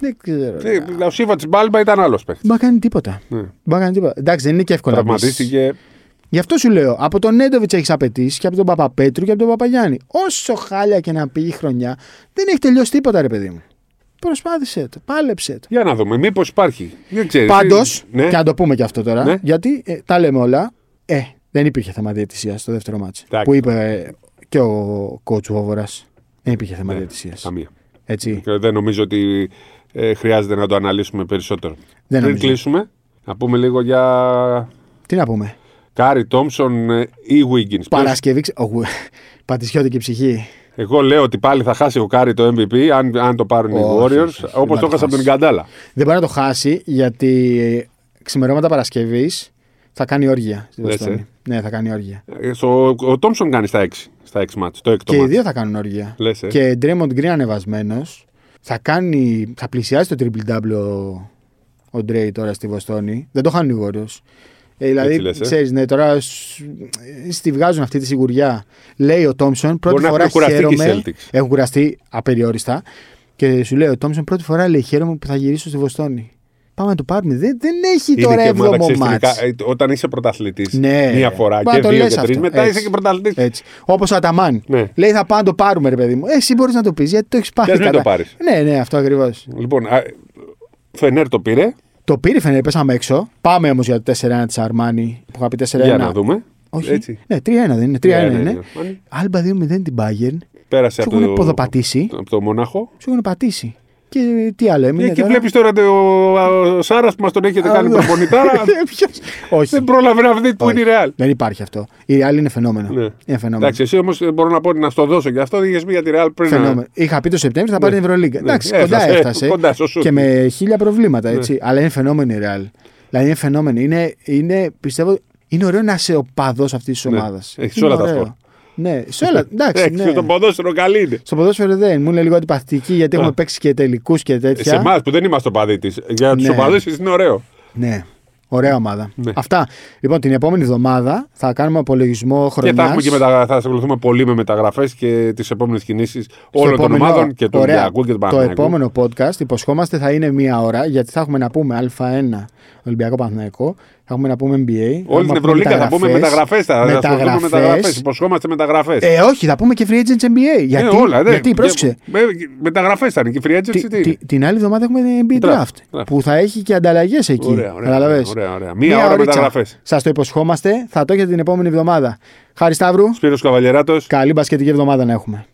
Speaker 1: Δεν ξέρω.
Speaker 2: Ο Σίβα της Μπάλμπα ήταν άλλος παίκτης.
Speaker 1: Μπα κάνει τίποτα.
Speaker 2: Ναι.
Speaker 1: Μπα κάνει τίποτα. Εντάξει, δεν είναι και εύκολο. να πεις.
Speaker 2: Τραυματίστηκε.
Speaker 1: Γι' αυτό σου λέω, από τον Νέντοβιτ έχεις απαιτήσει και από τον Παπαπέτρου και από τον Παπαγιάννη. Όσο χάλια και να πήγε η χρονιά, δεν έχει τελειώσει τίποτα, ρε παιδί μου. Προσπάθησε το, πάλεψε το.
Speaker 2: Για να δούμε, μήπως υπάρχει. Δεν ξέρεις.
Speaker 1: Πάντως,
Speaker 2: ναι.
Speaker 1: και να το πούμε και αυτό τώρα,
Speaker 2: Ναι.
Speaker 1: γιατί ε, τα λέμε όλα, ε, δεν υπήρχε θέμα διαιτησίας στο δεύτερο μάτσο.
Speaker 2: Εντάξει.
Speaker 1: Που είπε ε, και ο κότσου Βόβορας. Δεν υπήρχε θέμα
Speaker 2: Ναι.
Speaker 1: διαιτησίας.
Speaker 2: Καμία.
Speaker 1: Έτσι.
Speaker 2: Και δεν νομίζω ότι ε, χρειάζεται να το αναλύσουμε περισσότερο.
Speaker 1: Δεν
Speaker 2: Πριν
Speaker 1: νομίζω.
Speaker 2: κλείσουμε, να πούμε λίγο για
Speaker 1: Τι να πούμε.
Speaker 2: Κάρι Τόμψον ε, ή Wiggins.
Speaker 1: Παρασκευή. ξε- ο, Πατησιώτικη ψυχή.
Speaker 2: Ποιος- Εγώ λέω ότι πάλι θα χάσει ο Κάρι το MVP αν, αν το πάρουν οι
Speaker 1: Όχι, όχι, όχι.
Speaker 2: Warriors,
Speaker 1: Δεν
Speaker 2: όπω
Speaker 1: θα
Speaker 2: το
Speaker 1: το
Speaker 2: έχασα από
Speaker 1: χάσει.
Speaker 2: τον Καντάλα.
Speaker 1: Δεν μπορεί να το χάσει γιατί ε, ξημερώματα Παρασκευής θα κάνει όργια στη
Speaker 2: Λες,
Speaker 1: Βοστόνη.
Speaker 2: ε.
Speaker 1: Ναι, θα κάνει όργια.
Speaker 2: Ε, στο- Ο Τόμψον κάνει στα 6 στα 6 μάτς, το έκτο
Speaker 1: και οι
Speaker 2: μάτς.
Speaker 1: δύο θα κάνουν όργια.
Speaker 2: Λες, ε.
Speaker 1: Και Draymond Green ανεβασμένος Θα, κάνει, θα πλησιάσει το triple double ο, ο Ντρέι τώρα στη Βοστόνη. Δεν το χάνει ο Βόρειο. Ε, δηλαδή,
Speaker 2: Έτσι λες, ε.
Speaker 1: ξέρεις, ναι, τώρα σ- στη βγάζουν αυτή τη σιγουριά. Λέει ο Τόμψον, πρώτη
Speaker 2: Μπορεί να
Speaker 1: φορά
Speaker 2: έχουν κουραστεί και οι
Speaker 1: χαίρομαι.
Speaker 2: Celtics.
Speaker 1: Έχουν κουραστεί απεριόριστα. Και σου λέει ο Τόμψον, πρώτη φορά λέει χαίρομαι που θα γυρίσω στη Βοστόνη. Πάμε να το πάρουμε. Δεν, δεν έχει τώρα
Speaker 2: και ομάδα,
Speaker 1: έβδομο
Speaker 2: ξέρεις,
Speaker 1: μάτς.
Speaker 2: τελικά, ε, όταν είσαι πρωταθλητής
Speaker 1: Ναι.
Speaker 2: μία φορά
Speaker 1: Μπορεί να
Speaker 2: και
Speaker 1: το
Speaker 2: δύο
Speaker 1: λες
Speaker 2: και τρεις,
Speaker 1: αυτό.
Speaker 2: μετά
Speaker 1: Έτσι.
Speaker 2: είσαι και πρωταθλητής.
Speaker 1: Έτσι. Όπως ο Αταμάν.
Speaker 2: Ναι.
Speaker 1: Λέει θα πάμε να το πάρουμε, ρε παιδί μου. Ε, εσύ μπορείς να το πεις γιατί το έχεις πάρει.
Speaker 2: Θες να
Speaker 1: κατά.
Speaker 2: το πάρεις.
Speaker 1: Ναι, ναι, αυτό ακριβώς.
Speaker 2: Λοιπόν, α, Φενέρ το πήρε.
Speaker 1: Το πήρε φαίνεται, πέσαμε έξω. Πάμε όμως για το 4-1 τη Αρμάνι που είχα πει 4-1.
Speaker 2: Για να δούμε.
Speaker 1: Όχι.
Speaker 2: Έτσι. ναι,
Speaker 1: Ναι, 3-1 δεν είναι. 3-1
Speaker 2: 3-1
Speaker 1: είναι.
Speaker 2: είναι. Μάλιστα.
Speaker 1: Άλμπα 2-0 την Bayern.
Speaker 2: Πέρασε
Speaker 1: Σου
Speaker 2: από
Speaker 1: έχουν
Speaker 2: το,
Speaker 1: ποδοπατήσει.
Speaker 2: από το Μονάχο.
Speaker 1: Σου έχουν πατήσει. Και τι άλλο
Speaker 2: Ε,
Speaker 1: έμεινε.
Speaker 2: και
Speaker 1: Ναι, τώρα?
Speaker 2: βλέπεις τώρα το- ο, ο Σάρας που μας τον έχετε κάνει
Speaker 1: Α, ναι.
Speaker 2: προπονητάρα.
Speaker 1: Ποιος? Όχι.
Speaker 2: δεν πρόλαβε να δει που
Speaker 1: Όχι.
Speaker 2: είναι η Ρεάλ.
Speaker 1: Δεν υπάρχει αυτό. Η Real είναι φαινόμενο.
Speaker 2: Ναι.
Speaker 1: Είναι φαινόμενο.
Speaker 2: Εντάξει, εσύ όμως μπορώ να πω να στο δώσω και αυτό. Είχες πει για τη Ρεάλ πριν. να-
Speaker 1: Φαινόμενο. Είχα πει το Σεπτέμβριο θα πάρει την Ευρωλίγκα.
Speaker 2: Ναι.
Speaker 1: Εντάξει,
Speaker 2: Έφτασε,
Speaker 1: κοντά
Speaker 2: ε,
Speaker 1: έφτασε.
Speaker 2: κοντά στο σουτ. Ναι.
Speaker 1: και με χίλια προβλήματα, έτσι. Αλλά είναι φαινόμενο η Real. Δηλαδή είναι φαινόμενο. Είναι, είναι, πιστεύω, είναι ωραίο να είσαι οπαδό αυτής της
Speaker 2: Ναι.
Speaker 1: ομάδας.
Speaker 2: Έχεις όλα τα σπορ.
Speaker 1: Ναι, σε όλα. Εντάξει,
Speaker 2: Εντάξει,
Speaker 1: ναι.
Speaker 2: Το ποδόσφαιρο καλή είναι.
Speaker 1: Στο ποδόσφαιρο δεν. Μου είναι λίγο αντιπαθητική γιατί έχουμε παίξει και τελικούς και τέτοια.
Speaker 2: Ε, Σε εμάς που δεν είμαστε οπαδοί της. Για τους
Speaker 1: Ναι.
Speaker 2: οπαδούς της είναι ωραίο.
Speaker 1: Ναι. Ωραία ομάδα.
Speaker 2: Ναι.
Speaker 1: Αυτά. Λοιπόν, την επόμενη εβδομάδα θα κάνουμε απολογισμό
Speaker 2: Και
Speaker 1: χρονιάς.
Speaker 2: θα, έχουμε και μετα... θα ασχοληθούμε πολύ με μεταγραφές και τις επόμενες κινήσεις
Speaker 1: Στο
Speaker 2: όλων των
Speaker 1: επόμενο-
Speaker 2: ομάδων και του
Speaker 1: Ωραία.
Speaker 2: Ολυμπιακού και του
Speaker 1: Το
Speaker 2: Παναγιακού.
Speaker 1: επόμενο podcast υποσχόμαστε θα είναι μία ώρα γιατί θα έχουμε να πούμε Α1 Ολυμπιακό Παναθηναϊκό, θα έχουμε να πούμε NBA. θα
Speaker 2: Όλη
Speaker 1: έχουμε
Speaker 2: την
Speaker 1: να πούμε
Speaker 2: Ευρωλίγκα θα πούμε μεταγραφές. Θα ασχοληθούμε μεταγραφές.
Speaker 1: Μεταγραφές.
Speaker 2: Υποσχόμαστε μεταγραφές.
Speaker 1: Ε, όχι, θα πούμε και free agents NBA. Γιατί,
Speaker 2: όλα, ναι.
Speaker 1: γιατί πρόσεξε.
Speaker 2: Ε, Μεταγραφές θα είναι και η free agency.
Speaker 1: Τι,
Speaker 2: τι είναι.
Speaker 1: τι- την άλλη εβδομάδα έχουμε NBA
Speaker 2: Draft,
Speaker 1: draft,
Speaker 2: draft.
Speaker 1: που θα έχει και ανταλλαγές εκεί.
Speaker 2: Ωραία, ωραία,
Speaker 1: καταλαβες.
Speaker 2: ωραία, ωραία. Μία ώρα μεταγραφές.
Speaker 1: Σας το υποσχόμαστε, θα το έχετε την επόμενη εβδομάδα. Χάρη Σταύρου,
Speaker 2: Σπύρος Καβαλιεράτος.
Speaker 1: καλή μπασκετική εβδομάδα να έχουμε.